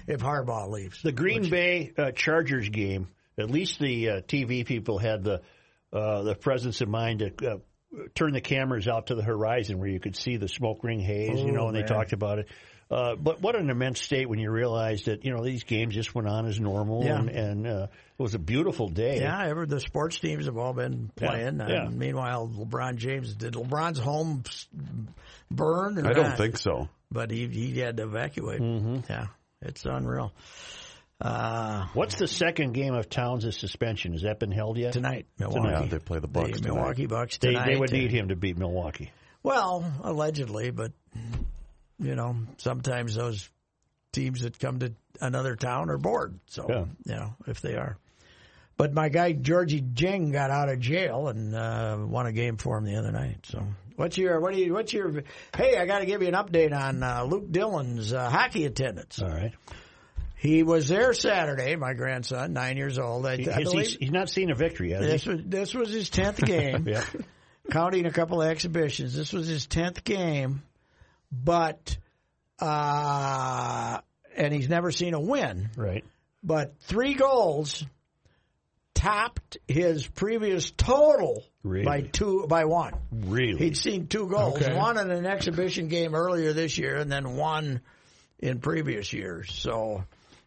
Speaker 3: if Harbaugh leaves,
Speaker 4: The Green Bay uh, Chargers game. At least the uh, TV people had the uh, the presence of mind to uh, turn the cameras out to the horizon where you could see the smoke ring haze. you
Speaker 3: Oh,
Speaker 4: know, and they talked about it. Uh, but what an immense state when you realize that you know these games just went on as normal,
Speaker 3: Yeah.
Speaker 4: and, and uh, it was a beautiful day.
Speaker 3: Yeah, ever the sports teams have all been playing.
Speaker 4: Yeah,
Speaker 3: And
Speaker 4: yeah.
Speaker 3: Meanwhile, LeBron James did LeBron's home s- burn. or
Speaker 2: I don't
Speaker 3: not?
Speaker 2: think so.
Speaker 3: but he he had to evacuate. Yeah, it's unreal. Uh,
Speaker 4: What's the second game of Towns' suspension? Has that been held yet?
Speaker 3: tonight,
Speaker 2: Yeah,
Speaker 3: Milwaukee,
Speaker 2: they play the
Speaker 3: the
Speaker 2: Bucks tonight.
Speaker 3: Milwaukee Bucks
Speaker 4: They,
Speaker 3: tonight.
Speaker 4: they would need him to beat Milwaukee.
Speaker 3: Well, allegedly, but you know, sometimes those teams that come to another town are bored. So
Speaker 4: Yeah.
Speaker 3: you know, if they are. But my guy Georgie Jing got out of jail and uh, won a game for him the other night. So what's your what do you what's your hey? I got to give you an update on uh, Luke Dillon's uh, hockey attendance.
Speaker 4: All right.
Speaker 3: He was there Saturday. My grandson, nine years old. I, I
Speaker 4: Has he-
Speaker 3: believe
Speaker 4: he's not seen a victory yet. has
Speaker 3: this
Speaker 4: he?
Speaker 3: was this was his tenth game
Speaker 4: Yeah.
Speaker 3: counting a couple of exhibitions. This was his tenth game, but uh, and he's never seen a win.
Speaker 4: Right.
Speaker 3: But three goals topped his previous total
Speaker 4: Really?
Speaker 3: by two by one.
Speaker 4: Really?
Speaker 3: He'd seen two goals, one in an exhibition game earlier this year, and then one in previous years. So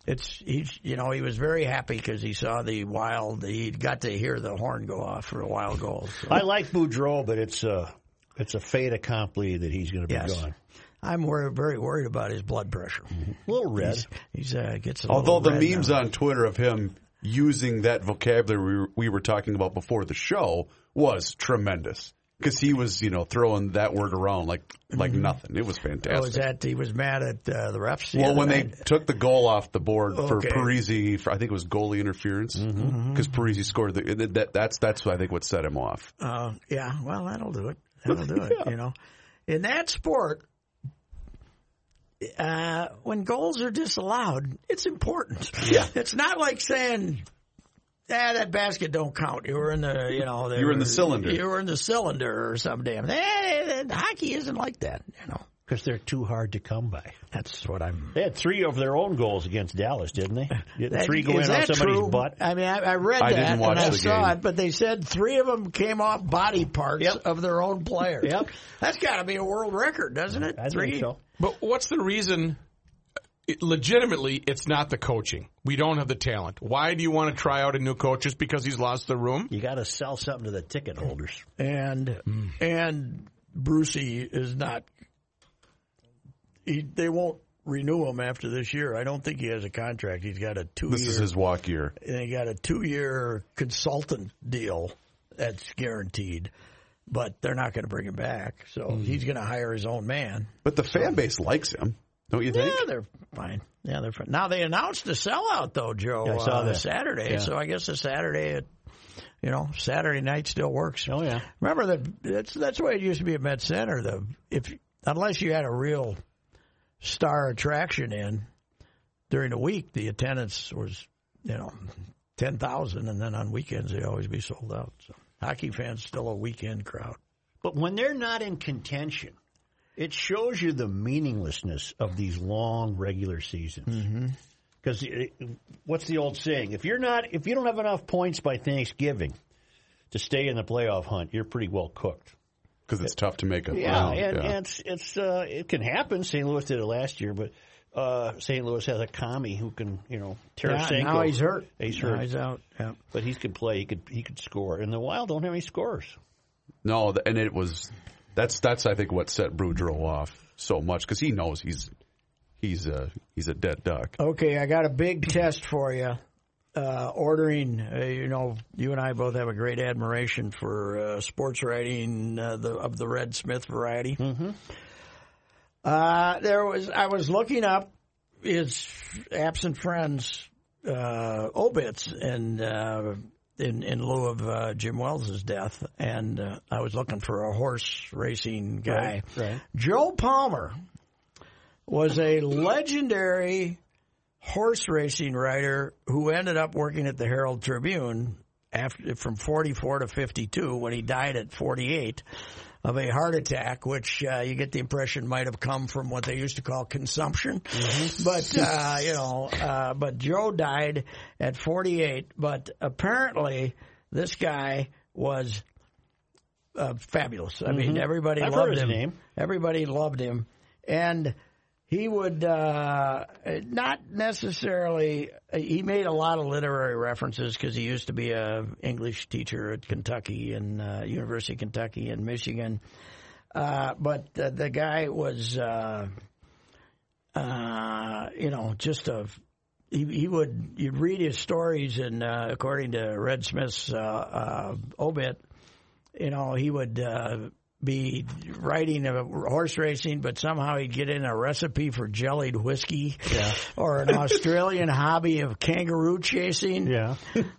Speaker 3: it's he's you know he was very happy because he saw the wild. He got to hear the horn go off for a wild goal. So.
Speaker 4: I like Boudreau, but it's a it's a fait accompli that he's going to be
Speaker 3: Yes.
Speaker 4: gone.
Speaker 3: I'm wor- very worried about his blood pressure.
Speaker 4: A little red.
Speaker 3: He's uh, gets a
Speaker 2: Although
Speaker 3: little
Speaker 2: the
Speaker 3: red
Speaker 2: memes
Speaker 3: now.
Speaker 2: on Twitter of him using that vocabulary we were, we were talking about before the show was tremendous because he was, you know, throwing that word around like like nothing. It was
Speaker 3: Mm-hmm. Oh, is
Speaker 2: fantastic.
Speaker 3: that he was mad at uh, the refs? the
Speaker 2: well,
Speaker 3: other
Speaker 2: when they
Speaker 3: night?
Speaker 2: took the goal off the board for
Speaker 3: Okay. Mm-hmm.
Speaker 2: Parisi, for, I think it was goalie interference because Parisi scored. The, that, that's that's what I think what set him off.
Speaker 3: uh, yeah, well, that'll do it. That'll do it. You know, in that sport, uh, when goals are disallowed, it's important. Yeah, it's not like saying. Ah, that basket don't count. You were in the, you know, they
Speaker 2: You were in the
Speaker 3: were-
Speaker 2: cylinder."
Speaker 3: You were in the cylinder or some damn. Eh, hockey isn't eh, like that, you know.
Speaker 4: because they're too hard to come by.
Speaker 3: That's what I'm.
Speaker 4: They had three of their own goals against Dallas, didn't they? You had three
Speaker 3: That-
Speaker 4: going
Speaker 3: is
Speaker 4: on
Speaker 3: that
Speaker 4: somebody's
Speaker 3: true?
Speaker 4: butt.
Speaker 3: I mean, I, I read
Speaker 2: I
Speaker 3: that
Speaker 2: didn't watch
Speaker 3: and I
Speaker 2: the
Speaker 3: saw
Speaker 2: game.
Speaker 3: it, but they said three of them came off body parts
Speaker 4: Yep.
Speaker 3: of their own players.
Speaker 4: Yep.
Speaker 3: That's got to be a world record, doesn't it?
Speaker 4: I think
Speaker 3: three.
Speaker 4: so.
Speaker 1: But what's the reason? It, legitimately, it's not the coaching. We don't have the talent. Why do you want to try out a new coach just because he's lost the room?
Speaker 4: You got to sell something to the ticket holders.
Speaker 3: And and Brucey is not. He, they won't renew him after this year. I don't think he has a contract. He's got a two.
Speaker 2: This is his walk year.
Speaker 3: and he got a two-year consultant deal that's guaranteed. But they're not going to bring him back, so
Speaker 2: Hmm.
Speaker 3: he's going to hire his own man.
Speaker 2: But the fan base likes him, don't you
Speaker 3: Yeah,
Speaker 2: think?
Speaker 3: they're fine. Yeah, they're fine. Now they announced a sellout though, Joe.
Speaker 4: I saw
Speaker 3: uh,
Speaker 4: that.
Speaker 3: Saturday,
Speaker 4: Yeah.
Speaker 3: so I guess the Saturday, it, you know, Saturday night still works.
Speaker 4: Oh yeah,
Speaker 3: Remember that that's that's the way it used to be at Met Center. The if unless you had a real star attraction in during the week, the attendance was you know ten thousand, and then on weekends they always be sold out. So hockey fans still a weekend crowd.
Speaker 4: but when they're not in contention, it shows you the meaninglessness of these long regular seasons. Because what's the old saying? If you're not, if you don't have enough points by Thanksgiving to stay in the playoff hunt, you're pretty well cooked.
Speaker 2: Because it's tough to make a
Speaker 4: Yeah,
Speaker 2: round,
Speaker 4: and,
Speaker 2: yeah.
Speaker 4: and it's it's uh, it can happen. St. Louis did it last year, but uh, St. Louis has a commie who can you know Tarasenko.
Speaker 3: now he's hurt.
Speaker 4: He's
Speaker 3: Now
Speaker 4: hurt.
Speaker 3: he's out. Yeah.
Speaker 4: but he could play. He could he could score. And the Wild don't have any scores.
Speaker 2: No, th- and it was that's that's I think what set Boudreaux off so much because he knows he's he's a he's a dead duck.
Speaker 3: Okay, I got a big test for you. Uh, ordering, uh, you know, you and I both have a great admiration for uh, sports writing uh, the, of the Red Smith variety. Mm-hmm. Uh, there was, I was looking up his absent friends uh, obits and uh, in in lieu of uh, Jim Wells's death, and uh, I was looking for a horse racing guy.
Speaker 4: right.
Speaker 3: Joe Palmer was a legendary horse racing writer who ended up working at the Herald Tribune after from 44 to 52 when he died at 48 of a heart attack, which uh, you get the impression might have come from what they used to call consumption. But uh, you know, uh, but Joe died at 48. But apparently, this guy was uh, fabulous. I mean, everybody
Speaker 4: Mm-hmm. I've
Speaker 3: loved
Speaker 4: heard his
Speaker 3: him.
Speaker 4: name.
Speaker 3: Everybody loved him, and he would uh, not necessarily. He made a lot of literary references because he used to be a English teacher at Kentucky and uh, University of Kentucky and Michigan. Uh, but uh, the guy was, uh, uh, you know, just a. He, he would you'd read his stories, and uh, according to Red Smith's uh, uh, obit, you know, he would uh, be riding a horse racing, but somehow he'd get in a recipe for jellied whiskey or an Australian hobby of kangaroo chasing.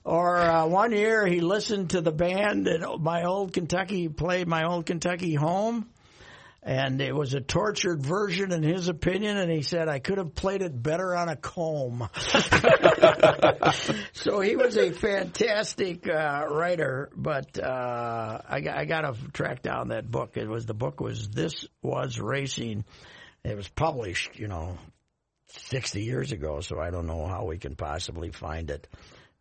Speaker 3: Or uh, one year he listened to the band that my old Kentucky played my old Kentucky home. And it was a tortured version, in his opinion, and he said, I could have played it better on a comb. so he was a fantastic uh, writer, but uh, I, got- I got to track down that book. It was the book was This Was Racing. It was published, you know, 60 years ago, so I don't know how we can possibly find it.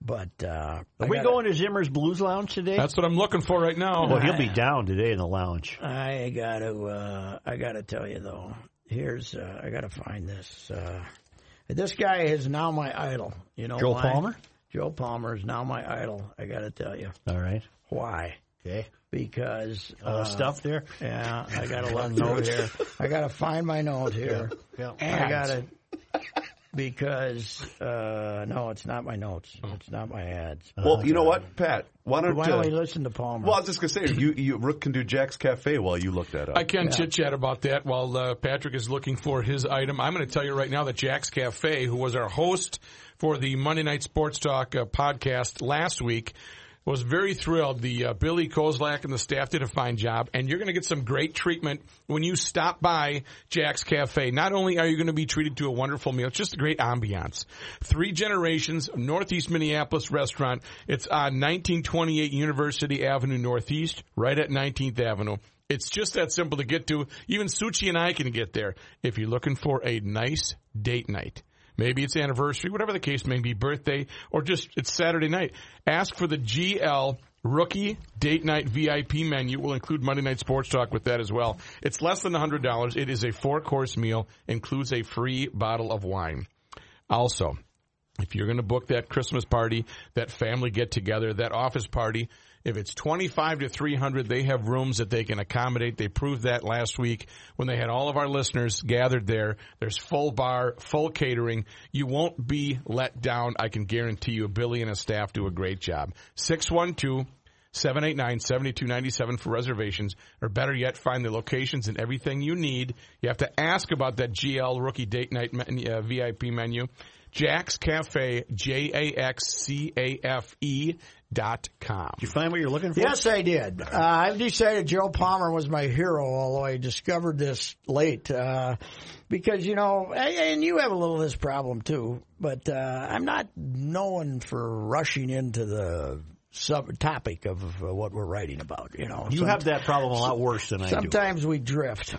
Speaker 3: But uh, I
Speaker 4: Are we
Speaker 3: gotta-
Speaker 4: going to Zimmer's Blues Lounge today?
Speaker 1: That's what I'm looking for right now.
Speaker 4: well, he'll be down today in the lounge.
Speaker 3: I gotta, uh, I gotta tell you though. Here's, uh, I gotta find this. Uh, this guy is now my idol. You know,
Speaker 4: Joe
Speaker 3: why?
Speaker 4: Palmer?
Speaker 3: Joe Palmer is now my idol. I gotta tell you
Speaker 4: All right.
Speaker 3: why.
Speaker 4: Okay.
Speaker 3: Because
Speaker 4: All the
Speaker 3: uh,
Speaker 4: stuff there.
Speaker 3: Yeah, I gotta let note here. I gotta find my note here.
Speaker 4: Yeah.
Speaker 3: I gotta because uh, no, it's not my notes. It's not my ads.
Speaker 4: Uh,
Speaker 2: Well, you know what, Pat? Why don't,
Speaker 3: Why don't we
Speaker 2: uh,
Speaker 3: listen to Palmer?
Speaker 2: Well, I was just gonna say you, you Rook can do Jack's Cafe while you look that up.
Speaker 1: I can chit chat about that while uh, Patrick is looking for his item. I'm going to tell you right now that Jack's Cafe, who was our host for the Monday Night Sports Talk uh, podcast last week, was very thrilled. The uh, Billy Kozlak and the staff did a fine job, and you're going to get some great treatment when you stop by Jack's Cafe. Not only are you going to be treated to a wonderful meal, it's just a great ambiance. Three generations, Northeast Minneapolis restaurant. It's on 1928 University Avenue Northeast, right at 19th Avenue. It's just that simple to get to. Even Suchi and I can get there. If you're looking for a nice date night, maybe it's anniversary, whatever the case may be, birthday, or just it's Saturday night, ask for the GL Rookie Date Night VIP menu. We'll include Monday Night Sports Talk with that as well. It's less than $100. It is a four course meal, includes a free bottle of wine. Also, if you're going to book that Christmas party, that family get together, that office party, if it's 25 to 300, they have rooms that they can accommodate. They proved that last week when they had all of our listeners gathered there. There's full bar, full catering. You won't be let down. I can guarantee you. Billy and his staff do a great job. 612 789 7297 for reservations, or better yet, find the locations and everything you need. You have to ask about that GL rookie date night menu, uh, VIP menu. Jack's Cafe, J A X C A F E dot com.
Speaker 4: You find what you're looking for?
Speaker 3: Yes, I did. Uh, I've decided Joe Palmer was my hero, although I discovered this late. Uh, because, you know, a- and you have a little of this problem too, but uh, I'm not known for rushing into the sub topic of uh, what we're writing about, you know.
Speaker 4: You
Speaker 3: Some-
Speaker 4: have that problem a lot worse than I do.
Speaker 3: Sometimes we drift.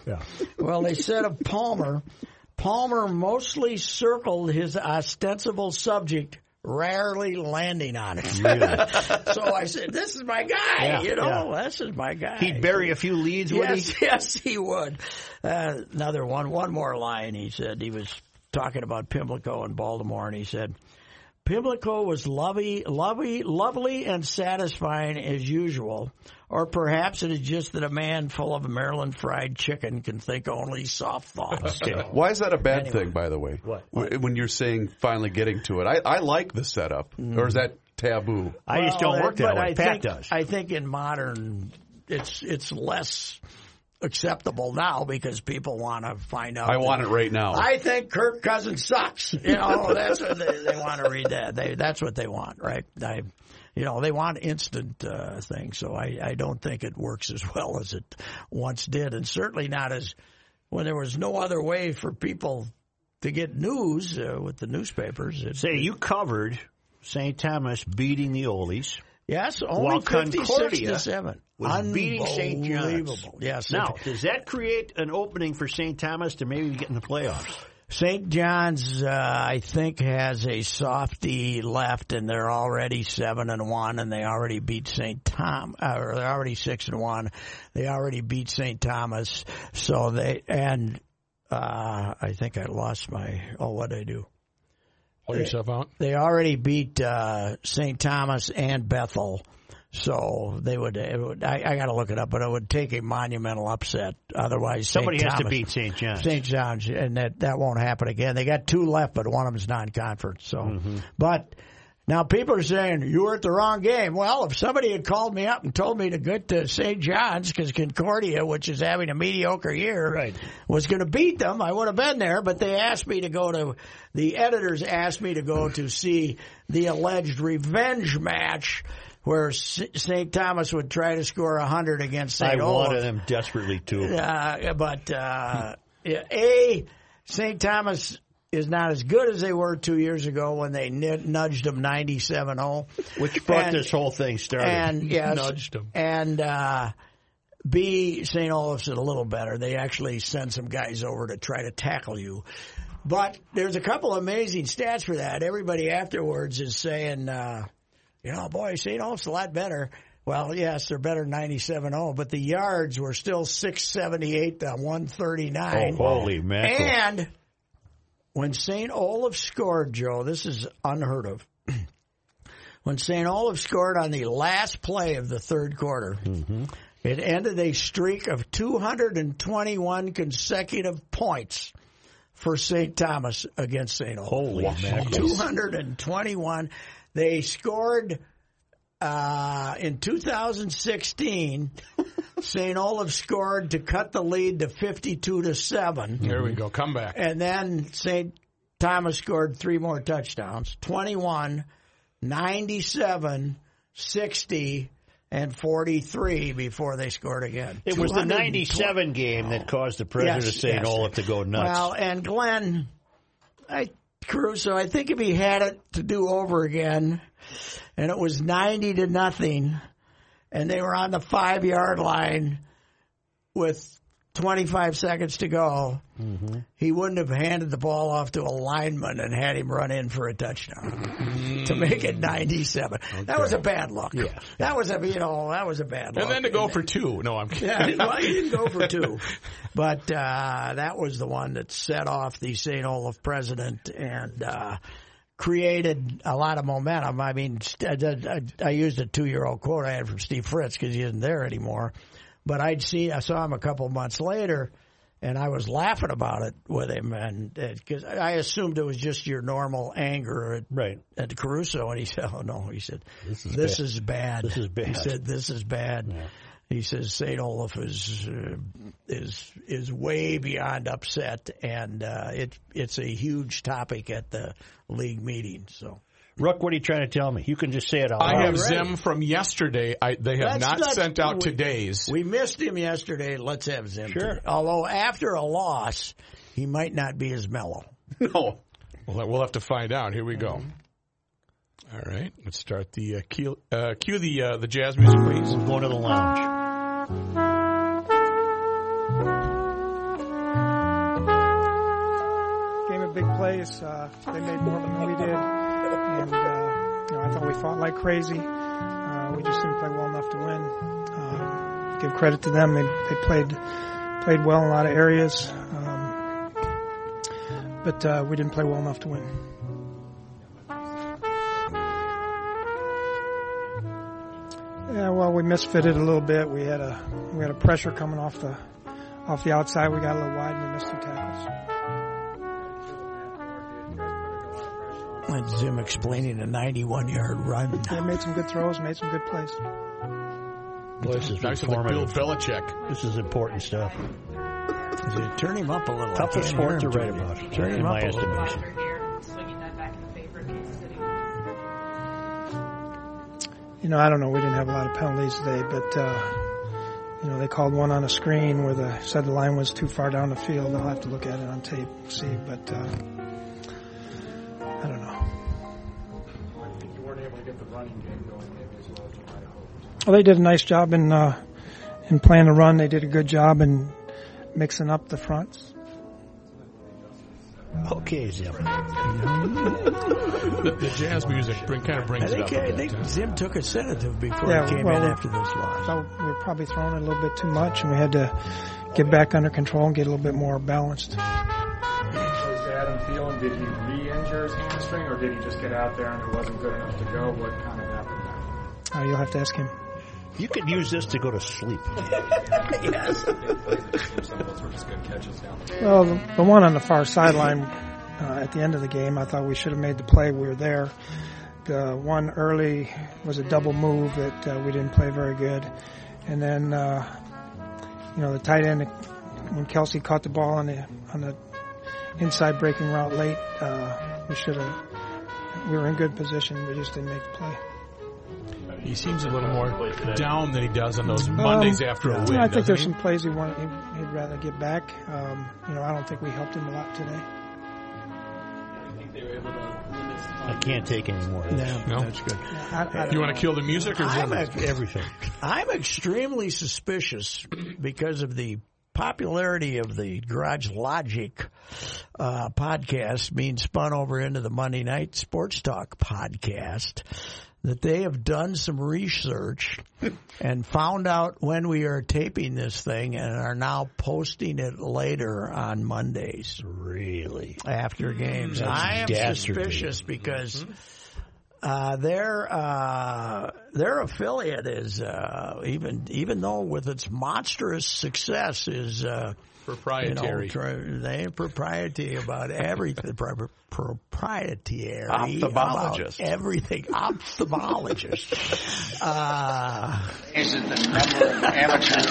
Speaker 3: Well, they said of Palmer, Palmer mostly circled his ostensible subject, rarely landing on it. so I said, "This is my guy."
Speaker 4: Yeah,
Speaker 3: you know, this is my guy.
Speaker 4: He'd bury a few leads, would
Speaker 3: Yes,
Speaker 4: he?
Speaker 3: yes, he would. Uh, another one, one more line. He said he was talking about Pimlico and Baltimore, and he said Pimlico was lovely, lovely, lovely, and satisfying as usual. Or perhaps it is just that a man full of Maryland fried chicken can think only soft thoughts.
Speaker 2: Why is that a bad thing, by the way? What? When you're saying finally getting to it, I, I like the setup, or is that taboo?
Speaker 4: I just
Speaker 3: Well,
Speaker 4: don't work
Speaker 3: but
Speaker 4: that way.
Speaker 3: I
Speaker 4: Pat
Speaker 3: think,
Speaker 4: does.
Speaker 3: I think in modern, it's it's less acceptable now because people want to find out.
Speaker 2: I want
Speaker 3: that-
Speaker 2: it right now.
Speaker 3: I think Kirk Cousins sucks. You know, oh, that's what they, they want to read. That they that's what they want, right? I, you know, they want instant uh, things. So I, I don't think it works as well as it once did, and certainly not as when there was no other way for people to get news uh, with the newspapers. It,
Speaker 4: Say, you covered St. Thomas beating the Ole's.
Speaker 3: yes, only
Speaker 4: While
Speaker 3: fifty-six
Speaker 4: Concordia
Speaker 3: to seven.
Speaker 4: was beating St. John's.
Speaker 3: Unbelievable. Yes.
Speaker 4: Now, does that create an opening for St. Thomas to maybe get in the playoffs?
Speaker 3: St. John's, uh, I think, has a softy left, and they're already seven and one, and they already beat St. Tom, uh, or they're already six and one. They already beat St. Thomas, so they and uh, I think I lost my. Oh, what I do?
Speaker 1: Pull yourself out.
Speaker 3: They already beat uh, St. Thomas and Bethel, so they would. It would I, I got to look it up, but it would take a monumental upset. Otherwise, St.
Speaker 4: Somebody has to
Speaker 3: Thomas-
Speaker 4: beat St. John's.
Speaker 3: St. John's, and that that won't happen again. They got two left, but one of them's non-conference. So,
Speaker 4: Mm-hmm.
Speaker 3: but now people are saying you were at the wrong game. Well, if somebody had called me up and told me to get to St. John's because Concordia, which is having a mediocre year, was going to beat them, I would have been there. But they asked me to go to the editors asked me to go to see the alleged revenge match. Where S- St. Thomas would try to score 100 against
Speaker 4: I
Speaker 3: St. Olaf.
Speaker 4: wanted them desperately too.
Speaker 3: Uh, but uh, yeah, a St. Thomas is not as good as they were two years ago when they n- nudged them 97-0.
Speaker 4: Which brought
Speaker 3: and-
Speaker 4: this whole thing started.
Speaker 3: And yes,
Speaker 1: Nudged 'em.
Speaker 3: And uh, B St. Olaf's is a little better. They actually send some guys over to try to tackle you. But there's a couple amazing stats for that. Everybody afterwards is saying. Uh, you know, boy, St. Olaf's a lot better. Well, yes, they're better 97 0, but the yards were still 678 to 139.
Speaker 4: Oh, holy mackerel.
Speaker 3: And when St. Olaf scored, Joe, this is unheard of. when St. Olaf scored on the last play of the third quarter,
Speaker 4: Mm-hmm.
Speaker 3: it ended a streak of 221 consecutive points for St. Thomas against St. Olaf.
Speaker 4: Holy mackerel.
Speaker 3: 221. They scored uh, in 2016. St. Olaf scored to cut the lead to 52 to 7.
Speaker 1: There we go. Come back.
Speaker 3: And then St. Thomas scored three more touchdowns 21, 97, 60, and 43 before they scored again.
Speaker 4: It was the
Speaker 3: 220
Speaker 4: 97 game that caused the president of
Speaker 3: Yes,
Speaker 4: St.
Speaker 3: yes.
Speaker 4: Olaf to go nuts.
Speaker 3: Well, and Glenn, I Caruso, I think if he had it to do over again, and it was ninety to nothing, and they were on the five yard line, with 25 seconds to go, he wouldn't have handed the ball off to a lineman and had him run in for a touchdown to make it 97. That was a bad look. That was a you know that was a bad look.
Speaker 1: And then to go for two. No, I'm kidding.
Speaker 3: Yeah, well, he didn't go for two, but uh, that was the one that set off the St. Olaf president and uh, created a lot of momentum. I mean, st- I, I, I used a two-year-old quote I had from Steve Fritz because he isn't there anymore, but I'd see I saw him a couple months later. And I was laughing about it with him, and because I assumed it was just your normal anger at
Speaker 4: Right.
Speaker 3: at Caruso, and he said, "Oh no," he said, "This is this bad. is bad."
Speaker 4: This is bad.
Speaker 3: He said, "This is bad." He says Saint Olaf is uh, is is way beyond upset, and uh, it it's a huge topic at the league meeting. So
Speaker 4: Rook, what are you trying to tell me? You can just say it all.
Speaker 1: I have
Speaker 3: right.
Speaker 1: Zim from yesterday. I, they have
Speaker 3: That's
Speaker 1: not,
Speaker 3: not-
Speaker 1: sent out
Speaker 3: we-
Speaker 1: today's.
Speaker 3: we missed him yesterday. Let's have Zim.
Speaker 4: Sure.
Speaker 3: today. Although after a loss, he might not be as mellow.
Speaker 2: No.
Speaker 1: Well, we'll have to find out. Here we go. All right, let's start the uh, cue, uh, cue the uh, the jazz music, please.
Speaker 4: We're going to the lounge.
Speaker 8: Game of big plays. Uh, they made more than we did, and uh, you know, I thought we fought like crazy. Uh, we just didn't play well enough to win. Um, give credit to them; they, they played played well in a lot of areas, um, but uh, we didn't play well enough to win. Yeah, well, we misfitted a little bit. We had a we had a pressure coming off the off the outside. We got a little wide and we missed two tackles.
Speaker 3: And Zim explaining a 91 yard run.
Speaker 8: Yeah, made some good throws, made some good plays.
Speaker 4: Boy, this is
Speaker 1: Nice like Bill
Speaker 4: informative.
Speaker 1: Belichick.
Speaker 4: This is important stuff.
Speaker 3: Turn him up a little. I
Speaker 4: Toughest sport
Speaker 3: can't
Speaker 4: to
Speaker 3: hear him
Speaker 4: write
Speaker 3: too
Speaker 4: about,
Speaker 3: much. Turn
Speaker 4: in
Speaker 3: him
Speaker 4: my
Speaker 3: up a little.
Speaker 4: estimation.
Speaker 8: You know, I don't know. We didn't have a lot of penalties today, but uh, you know, they called one on a screen where the said the line was too far down the field. I'll have to look at it on tape, see. But uh, I don't know. Well, they did a nice job in uh, in playing the run. They did a good job in mixing up the fronts.
Speaker 4: Okay, Zim.
Speaker 1: The, the jazz music bring, kind of brings
Speaker 3: I think,
Speaker 1: it up. a
Speaker 3: I
Speaker 1: bit.
Speaker 3: think Zim took a sedative before
Speaker 8: Yeah,
Speaker 3: he came
Speaker 8: well-
Speaker 3: in after this loss.
Speaker 8: So we were probably throwing it a little bit too much, and we had to get back under control and get a little bit more balanced.
Speaker 9: Was Adam Thielen, did he re-injure his hamstring, or did he just get out there and it wasn't good enough to go? What kind of happened there?
Speaker 8: Uh, you'll have to ask him.
Speaker 4: You could use this to go to sleep.
Speaker 8: Well, the, the one on the far sideline uh, at the end of the game, I thought we should have made the play. We were there. The one early was a double move that uh, we didn't play very good, and then uh, you know the tight end when Kelsey caught the ball on the on the inside breaking route late, uh, we should have. We were in good position. We just didn't make the play.
Speaker 1: He seems a little more down than he does on those Mondays after a win.
Speaker 8: Yeah, I think
Speaker 1: doesn't
Speaker 8: there's
Speaker 1: he?
Speaker 8: some plays he want, he'd, he'd rather get back. Um, you know, I don't think we helped him a lot today.
Speaker 4: I can't take any more. of this.
Speaker 3: Yeah,
Speaker 1: No.
Speaker 3: that's good.
Speaker 8: I, I don't
Speaker 1: You
Speaker 8: know.
Speaker 1: want to kill the music or
Speaker 3: I'm,
Speaker 1: Zim?
Speaker 3: ex-
Speaker 4: Everything.
Speaker 3: I'm extremely suspicious because of the popularity of the Garage Logic uh, podcast being spun over into the Monday Night Sports Talk podcast. That they have done some research and found out when we are taping this thing and are now posting it later on Mondays.
Speaker 4: Really?
Speaker 3: after games. I am
Speaker 4: dastardly. Mm-hmm.
Speaker 3: suspicious because uh, their uh, their affiliate is uh, even even though with its monstrous success is uh, you know,
Speaker 1: Proprietary.
Speaker 3: tr- they have propriety about everything pro- proprietary
Speaker 2: Ophthalmologist.
Speaker 3: about everything ophthalmologist. uh,
Speaker 10: Is it the number of amateur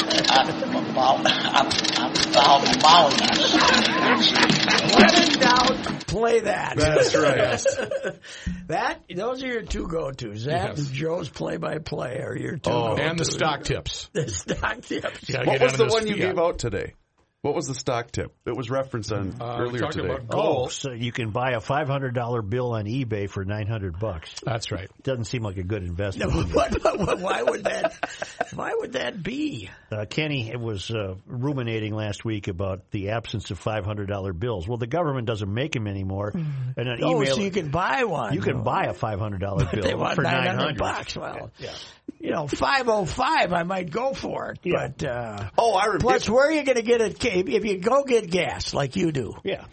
Speaker 10: ophthalmol- ophthalmologists?
Speaker 3: when in doubt, play that.
Speaker 2: That's right.
Speaker 3: that those are your two go tos. That
Speaker 1: Yes.
Speaker 3: and Joe's play by play are your two.
Speaker 2: Oh.
Speaker 3: go-tos.
Speaker 1: and the stock tips.
Speaker 3: the stock tips.
Speaker 1: Gotta
Speaker 2: What
Speaker 1: get out
Speaker 2: was
Speaker 1: of
Speaker 2: the
Speaker 1: this
Speaker 2: one you
Speaker 1: fiat.
Speaker 2: gave out today? What was the stock tip? It was referenced on
Speaker 1: Uh, we
Speaker 2: earlier
Speaker 1: talked
Speaker 2: today.
Speaker 1: about gold.
Speaker 4: Oh, so you can buy a five hundred dollar bill on eBay for nine hundred bucks.
Speaker 1: That's right.
Speaker 4: Doesn't seem like a good investment.
Speaker 3: What, what, what- why would that? Why would that be?
Speaker 4: Uh, Kenny was uh, ruminating last week about the absence of five hundred dollar bills. Well, the government doesn't make them anymore, and an
Speaker 3: Oh,
Speaker 4: email
Speaker 3: so you can buy one.
Speaker 4: you can buy a five hundred dollar bill
Speaker 3: They want
Speaker 4: for nine
Speaker 3: nine hundred
Speaker 4: hundred
Speaker 3: bucks. Well, you know, five oh five, I might go for it. But uh,
Speaker 2: Oh, I remember.
Speaker 3: plus, where are you going to get it? If if you go get gas like you do,
Speaker 4: Yeah,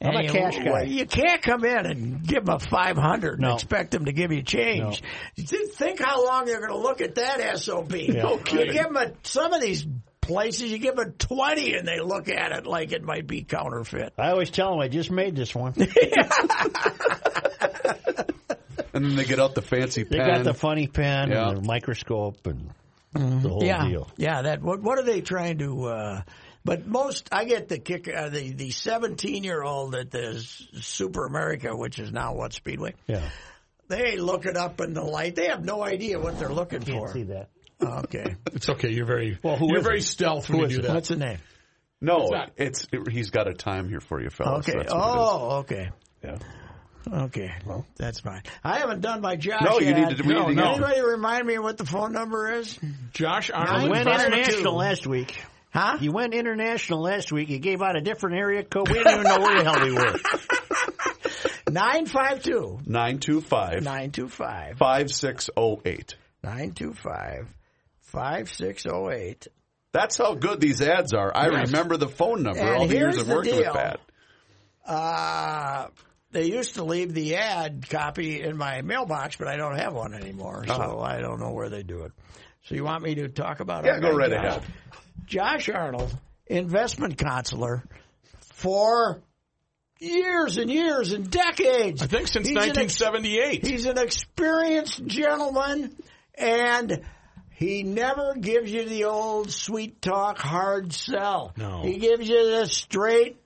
Speaker 4: I'm
Speaker 3: And
Speaker 4: a
Speaker 3: you-
Speaker 4: cash guy.
Speaker 3: You can't come in and give them a five hundred and
Speaker 4: No.
Speaker 3: expect them to give you change. Th- Think how long they're going to look at that sob.
Speaker 4: No
Speaker 3: You give them a, some of these places, you give them twenty, and they look at it like it might be counterfeit.
Speaker 4: I always tell them I just made this one.
Speaker 2: And then they get out the fancy
Speaker 4: They
Speaker 2: pen.
Speaker 4: got the funny pen
Speaker 2: Yeah.
Speaker 4: and the microscope and the whole
Speaker 3: Mm-hmm. yeah,
Speaker 4: deal.
Speaker 3: yeah. That what, what are they trying to? Uh, but most, I get the kick. Uh, the the seventeen year old at the S- Super America, which is now what Speedway.
Speaker 4: Yeah,
Speaker 3: They look it up in the light. They have no idea what they're looking
Speaker 4: can't
Speaker 3: for.
Speaker 4: see that.
Speaker 3: Okay.
Speaker 1: It's okay. You're very
Speaker 4: Well, who
Speaker 1: you're
Speaker 4: is
Speaker 1: very
Speaker 4: it?
Speaker 1: stealth when you do that.
Speaker 3: What's the name?
Speaker 2: no,
Speaker 1: not-
Speaker 2: it's, it- he's got a time here for you, fellas.
Speaker 3: Okay.
Speaker 2: That's what it is.
Speaker 3: Oh, okay.
Speaker 2: Yeah.
Speaker 3: Okay. Well, that's fine. I haven't done my job.
Speaker 2: No, you
Speaker 3: yet.
Speaker 2: need to- we
Speaker 3: no,
Speaker 2: need to
Speaker 3: no.
Speaker 2: get-
Speaker 3: Anybody remind me what the phone number is?
Speaker 1: Josh
Speaker 4: You
Speaker 1: Arnold.
Speaker 4: went
Speaker 3: five,
Speaker 4: international
Speaker 3: two.
Speaker 4: last week.
Speaker 3: Huh?
Speaker 4: You went international last week. You gave out a different area code. We didn't even know where the hell we were.
Speaker 3: Nine five two
Speaker 2: 925
Speaker 3: nine two five
Speaker 2: 5608.
Speaker 3: nine two five five six zero eight.
Speaker 2: That's how good these ads are. I
Speaker 3: Yes.
Speaker 2: remember the phone number
Speaker 3: And
Speaker 2: all the years
Speaker 3: here's
Speaker 2: of
Speaker 3: the
Speaker 2: working
Speaker 3: deal.
Speaker 2: with that.
Speaker 3: Uh, they used to leave the ad copy in my mailbox, but I don't have one anymore, so I don't know where they do it. So you want me to talk about it?
Speaker 2: Uh-huh. Yeah, go right ahead.
Speaker 3: Josh Arnold, investment counselor for years and years and decades.
Speaker 1: I think since
Speaker 3: He's an ex-
Speaker 1: 1978.
Speaker 3: He's an experienced gentleman, and he never gives you the old sweet talk, hard sell.
Speaker 1: No.
Speaker 3: He gives you the straight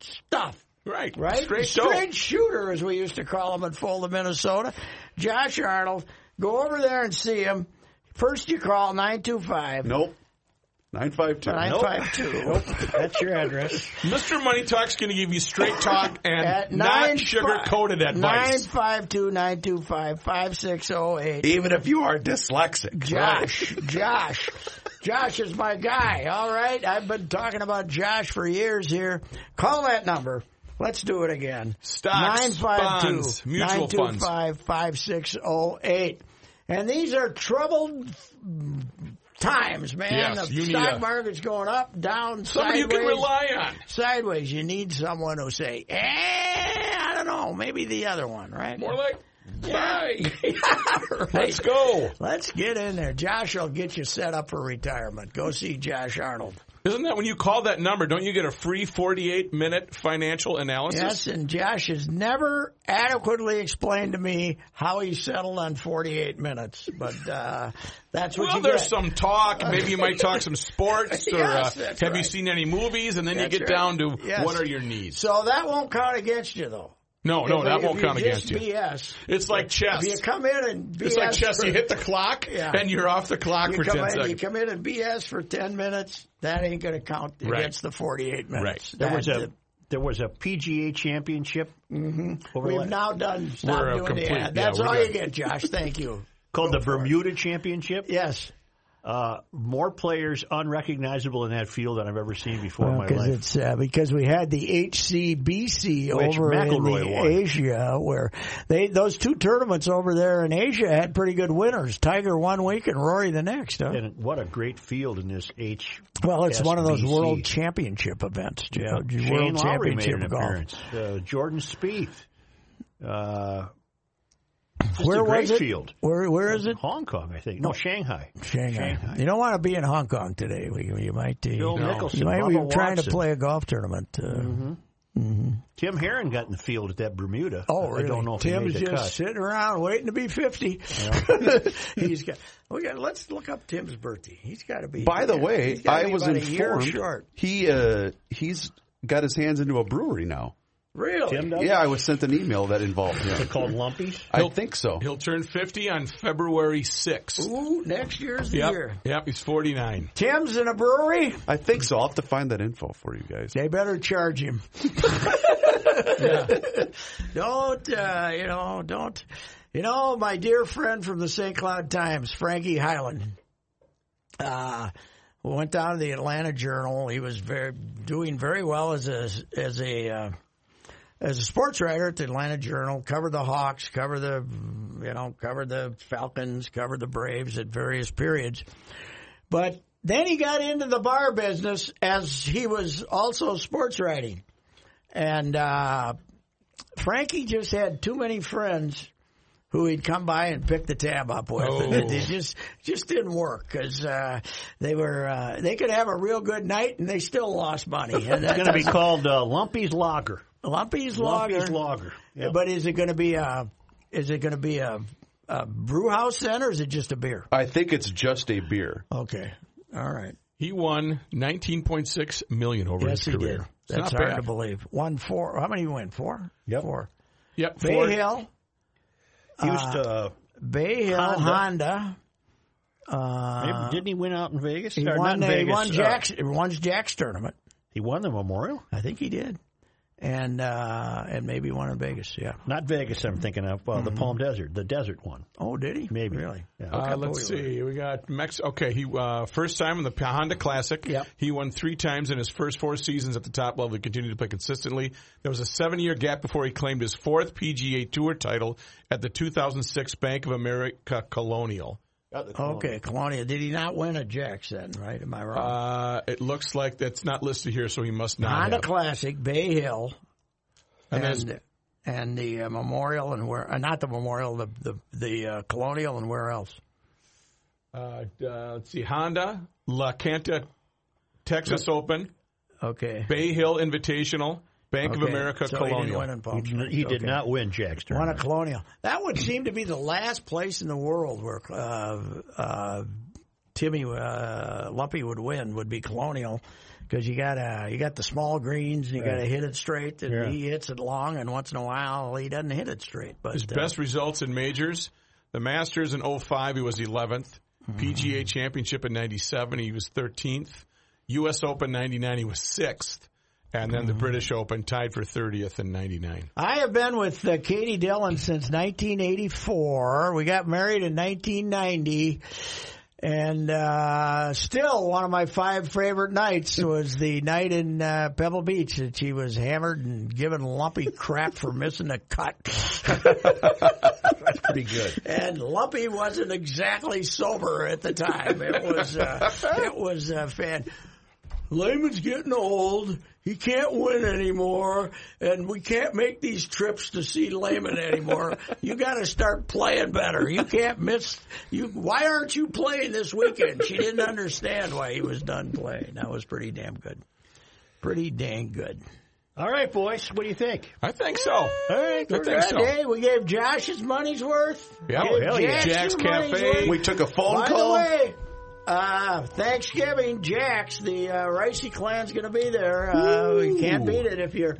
Speaker 3: stuff.
Speaker 1: right.
Speaker 3: Right?
Speaker 1: Straight
Speaker 3: Straight shooter, as we used to call him in Fulda, Minnesota. Josh Arnold, go over there and see him. First, you call 925
Speaker 2: Nope. 952. Nope.
Speaker 3: 952
Speaker 4: That's your address.
Speaker 1: dope. Mr. Money Talk's going to give you straight talk and
Speaker 3: at
Speaker 1: not
Speaker 3: nine
Speaker 1: sugar coated advice.
Speaker 3: 952 925 5608.
Speaker 2: Even if you are dyslexic.
Speaker 3: Josh, Josh, Josh is my guy. All right, I've been talking about Josh for years here. Call that number. Let's do it again.
Speaker 1: Stocks, bonds, mutual funds.
Speaker 3: 925-5608. And these are troubled mm, times, man.
Speaker 1: Yes,
Speaker 3: the
Speaker 1: you need
Speaker 3: stock
Speaker 1: a-
Speaker 3: market's going up, down,
Speaker 1: Somebody you
Speaker 3: sideways
Speaker 1: can rely on.
Speaker 3: sideways. You need someone who say, eh, I don't know, maybe the other one, right?
Speaker 1: More like, bye.
Speaker 3: Right.
Speaker 1: Let's go.
Speaker 3: Let's get in there. Josh will get you set up for retirement. Go see Josh Arnold.
Speaker 1: Isn't that when you call that number, don't you get a free 48 minute financial analysis?
Speaker 3: Yes, and Josh has never adequately explained to me how he settled on 48 minutes, but uh, that's what
Speaker 1: Well,
Speaker 3: you
Speaker 1: there's
Speaker 3: get.
Speaker 1: some talk. Maybe you might talk some sports or
Speaker 3: Yes,
Speaker 1: uh, have
Speaker 3: that's
Speaker 1: you
Speaker 3: right.
Speaker 1: seen any movies? And then
Speaker 3: That's
Speaker 1: you get
Speaker 3: right.
Speaker 1: down to
Speaker 3: Yes.
Speaker 1: what are your needs?
Speaker 3: So that won't count against you, though.
Speaker 1: No, no,
Speaker 3: If-
Speaker 1: that
Speaker 3: if
Speaker 1: won't count
Speaker 3: you're just
Speaker 1: against you.
Speaker 3: BS.
Speaker 1: It's like chess.
Speaker 3: If you come in and BS,
Speaker 1: It's like chess.
Speaker 3: for-
Speaker 1: You hit the clock
Speaker 3: Yeah.
Speaker 1: and you're off the clock
Speaker 3: you
Speaker 1: for 10
Speaker 3: come, in,
Speaker 1: seconds.
Speaker 3: you come in and BS for 10 minutes, that ain't going to count
Speaker 1: Right.
Speaker 3: against the 48
Speaker 1: Right.
Speaker 3: minutes.
Speaker 4: There was
Speaker 3: That-
Speaker 4: a there was a PGA championship. Over
Speaker 3: We've
Speaker 4: la-
Speaker 3: now done. Stop
Speaker 1: We're, uh,
Speaker 3: doing
Speaker 1: complete.
Speaker 3: the
Speaker 1: Yeah,
Speaker 3: ad. That's
Speaker 1: we're
Speaker 3: all
Speaker 1: done.
Speaker 3: you get, Josh. Thank you.
Speaker 4: called the Bermuda Championship.
Speaker 3: Yes.
Speaker 4: Uh, more players unrecognizable in that field than I've ever seen before in my
Speaker 3: Because
Speaker 4: life.
Speaker 3: it's uh, because we had the HCBC
Speaker 4: Which
Speaker 3: over
Speaker 4: McElroy
Speaker 3: in the
Speaker 4: won.
Speaker 3: Asia, where they those two tournaments over there in Asia had pretty good winners. Tiger one week and Rory the next. Huh?
Speaker 4: And what a great field in this H.
Speaker 3: well, it's one of those
Speaker 4: SBC.
Speaker 3: world championship events, Joe.
Speaker 4: Shane
Speaker 3: Oh, world
Speaker 4: Lowry made an
Speaker 3: championship golf.
Speaker 4: appearance. Uh, Jordan Spieth. Uh, just
Speaker 3: Where
Speaker 4: a great
Speaker 3: was it?
Speaker 4: field.
Speaker 3: Where where is it?
Speaker 4: Hong Kong, I think. No, Shanghai.
Speaker 3: Shanghai. You don't want to be in Hong Kong today. We, you might. Uh,
Speaker 4: Bill
Speaker 1: No.
Speaker 4: Mickelson,
Speaker 3: you might
Speaker 4: Bubba
Speaker 3: be trying to
Speaker 4: Watson. Mm-hmm.
Speaker 3: play a golf tournament. Uh,
Speaker 4: Tim Herron got in the field at that Bermuda.
Speaker 3: Oh, really?
Speaker 4: I don't know if
Speaker 3: Tim's
Speaker 4: he made the
Speaker 3: just
Speaker 4: cut.
Speaker 3: sitting around waiting to be fifty. he's got. We got. Let's look up Tim's birthday. He's got to be.
Speaker 2: By the way,
Speaker 3: he's gotta
Speaker 2: I
Speaker 3: be
Speaker 2: was
Speaker 3: about a year
Speaker 2: informed
Speaker 3: short.
Speaker 2: he uh, he's got his hands into a brewery now.
Speaker 3: Really?
Speaker 4: Tim does?
Speaker 2: Yeah, I was sent an email that involved
Speaker 4: Is
Speaker 2: him.
Speaker 4: it called lumpies?
Speaker 2: I think so.
Speaker 1: He'll turn 50 on February 6th.
Speaker 3: Ooh, next year's the
Speaker 1: Yep.
Speaker 3: year.
Speaker 1: Yep, he's 49.
Speaker 3: Tim's in a brewery.
Speaker 2: I think so. I'll have to find that info for you guys.
Speaker 3: They better charge him. Don't, uh, you know, don't. You know, my dear friend from the St. Cloud Times, Frankie Highland, uh, went down to the Atlanta Journal. He was very doing very well as a as a uh, as a sports writer at the Atlanta Journal. Covered the Hawks, covered the you know, covered the Falcons, covered the Braves at various periods. But then he got into the bar business as he was also sports writing. And uh, Frankie just had too many friends who he'd come by and pick the tab up with.
Speaker 1: Oh.
Speaker 3: And it just just didn't work because uh, they were uh, they could have a real good night and they still lost money. And
Speaker 4: It's
Speaker 3: that's
Speaker 4: going to be called uh, Lumpy's Lager.
Speaker 3: Lumpy's
Speaker 4: Lumpy's
Speaker 3: Lager.
Speaker 4: Lager. Yeah.
Speaker 3: But is it going to be a is it going to be a, a brew house then or is it just a beer?
Speaker 2: I think it's just a beer.
Speaker 3: Okay, all right.
Speaker 1: He won 19.6 million over
Speaker 3: Yes,
Speaker 1: his
Speaker 3: he
Speaker 1: career.
Speaker 3: did.
Speaker 1: It's not
Speaker 3: That's hard
Speaker 1: bad.
Speaker 3: to believe. One four. How many you win? Four.
Speaker 4: Yep.
Speaker 3: Four.
Speaker 1: Yep,
Speaker 3: Bay
Speaker 1: four-
Speaker 3: Hill.
Speaker 4: he used
Speaker 3: uh,
Speaker 4: to. uh,
Speaker 3: Bay Hill Honda.
Speaker 4: maybe- didn't he win out in Vegas?
Speaker 3: Uh, He
Speaker 4: Or
Speaker 3: won.
Speaker 4: not in
Speaker 3: He
Speaker 4: Vegas,
Speaker 3: won
Speaker 4: uh,
Speaker 3: Jack's. He won Jack's tournament.
Speaker 4: he won the Memorial,
Speaker 3: I think he did. And uh, and maybe one in Vegas. Yeah.
Speaker 4: not Vegas. I'm thinking of well, the Palm Desert, the desert one.
Speaker 3: Oh, did he?
Speaker 4: Maybe.
Speaker 3: Mm-hmm. Really?
Speaker 4: Yeah.
Speaker 1: Uh, let's see. We got Mex. Okay, he uh, first time in the Honda Classic.
Speaker 3: Yep.
Speaker 1: He won three times in his first four seasons at the top level. He continued to play consistently. There was a seven-year gap before he claimed his fourth PGA Tour title at the 2006 Bank of America Colonial.
Speaker 3: Okay, Colonia. Did he not win at Jack's then? Right? Am I wrong?
Speaker 1: Uh, it looks like that's not listed here, so he must not.
Speaker 3: Honda
Speaker 1: have.
Speaker 3: Classic, Bay Hill,
Speaker 1: And
Speaker 3: and
Speaker 1: there's-
Speaker 3: and, the uh, Memorial and where? Uh, not the Memorial. The the the uh, Colonial and where else?
Speaker 1: Uh, uh, let's see. Honda La Canta Texas Open,
Speaker 3: Okay.
Speaker 1: Bay Hill Invitational, Bank of
Speaker 3: Okay,
Speaker 1: America
Speaker 3: so He didn't
Speaker 1: Colonial.
Speaker 3: win in Palm
Speaker 4: He did-
Speaker 3: Springs.
Speaker 4: He did
Speaker 3: Oh, Okay.
Speaker 4: not win Jack's
Speaker 3: Won a
Speaker 4: tournament.
Speaker 3: Colonial. That would seem to be the last place in the world where uh, uh, Timmy uh, Lumpy would win would be Colonial because you got uh, you got the small greens and you got to hit it straight and
Speaker 4: Yeah.
Speaker 3: he hits it long and once in a while he doesn't hit it straight. But
Speaker 1: His
Speaker 3: uh,
Speaker 1: best results in majors, the Masters in 05, he was 11th.
Speaker 3: Mm-hmm.
Speaker 1: PGA Championship in 97, he was 13th. U.S. Open 99, he was 6th. And then the
Speaker 3: Mm-hmm.
Speaker 1: British Open tied for 30th in 99.
Speaker 3: I have been with uh, Katie Dillon since 1984. We got married in 1990. And uh, still, one of my five favorite nights was the night in uh, Pebble Beach that she was hammered and given lumpy crap for missing a cut.
Speaker 2: Pretty good.
Speaker 3: and Lumpy wasn't exactly sober at the time. It was uh, it was uh, fan. Lehman's getting old. He can't win anymore, and we can't make these trips to see Lehman anymore. you got to start playing better. You can't miss. You why aren't you playing this weekend? She didn't understand why he was done playing. That was pretty damn good. Pretty dang good.
Speaker 4: All right, boys. What do you think?
Speaker 1: I think so.
Speaker 3: All right,
Speaker 1: I
Speaker 3: we're
Speaker 1: think
Speaker 3: good.
Speaker 1: so.
Speaker 3: Hey, we gave Josh his money's worth.
Speaker 1: Yeah,
Speaker 3: Gave
Speaker 1: hell yeah.
Speaker 3: Jax
Speaker 1: Jack's
Speaker 3: his money's
Speaker 1: Cafe.
Speaker 3: worth.
Speaker 2: We took a phone
Speaker 3: By
Speaker 2: call.
Speaker 3: the way, uh, Thanksgiving, Jack's, the uh, Ricey clan's going to be there. Uh, you can't beat it if you're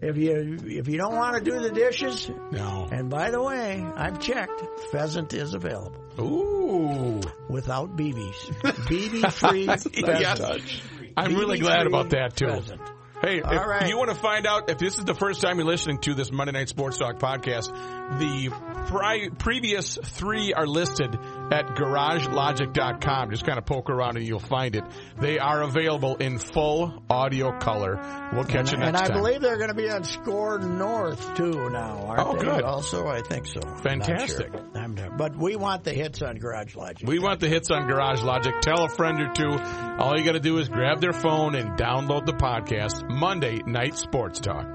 Speaker 3: if you if you don't want to do the dishes.
Speaker 1: No.
Speaker 3: And by the way, I've checked, pheasant is available
Speaker 1: Ooh.
Speaker 3: without BBs. BB free
Speaker 1: Yes.
Speaker 3: pheasant.
Speaker 1: I'm really
Speaker 3: BB
Speaker 1: glad
Speaker 3: free
Speaker 1: about that, too.
Speaker 3: pheasant.
Speaker 1: Hey, if
Speaker 3: All right.
Speaker 1: you want to find out if this is the first time you're listening to this Monday Night Sports Talk podcast, the pri- previous three are listed at garagelogic.com. Just kind of poke around and you'll find it. They are available in full audio color. We'll catch you
Speaker 3: And
Speaker 1: next
Speaker 3: I
Speaker 1: time.
Speaker 3: believe they're going to be on Score North too now. Aren't
Speaker 1: Oh,
Speaker 3: they?
Speaker 1: good.
Speaker 3: Also, I think so. I'm not
Speaker 1: Fantastic.
Speaker 3: sure. I'm not- but we want the hits on Garage Logic.
Speaker 1: we want the hits on Garage Logic. Tell a friend or two. All you got to do is grab their phone and download the podcast, Monday Night Sports Talk.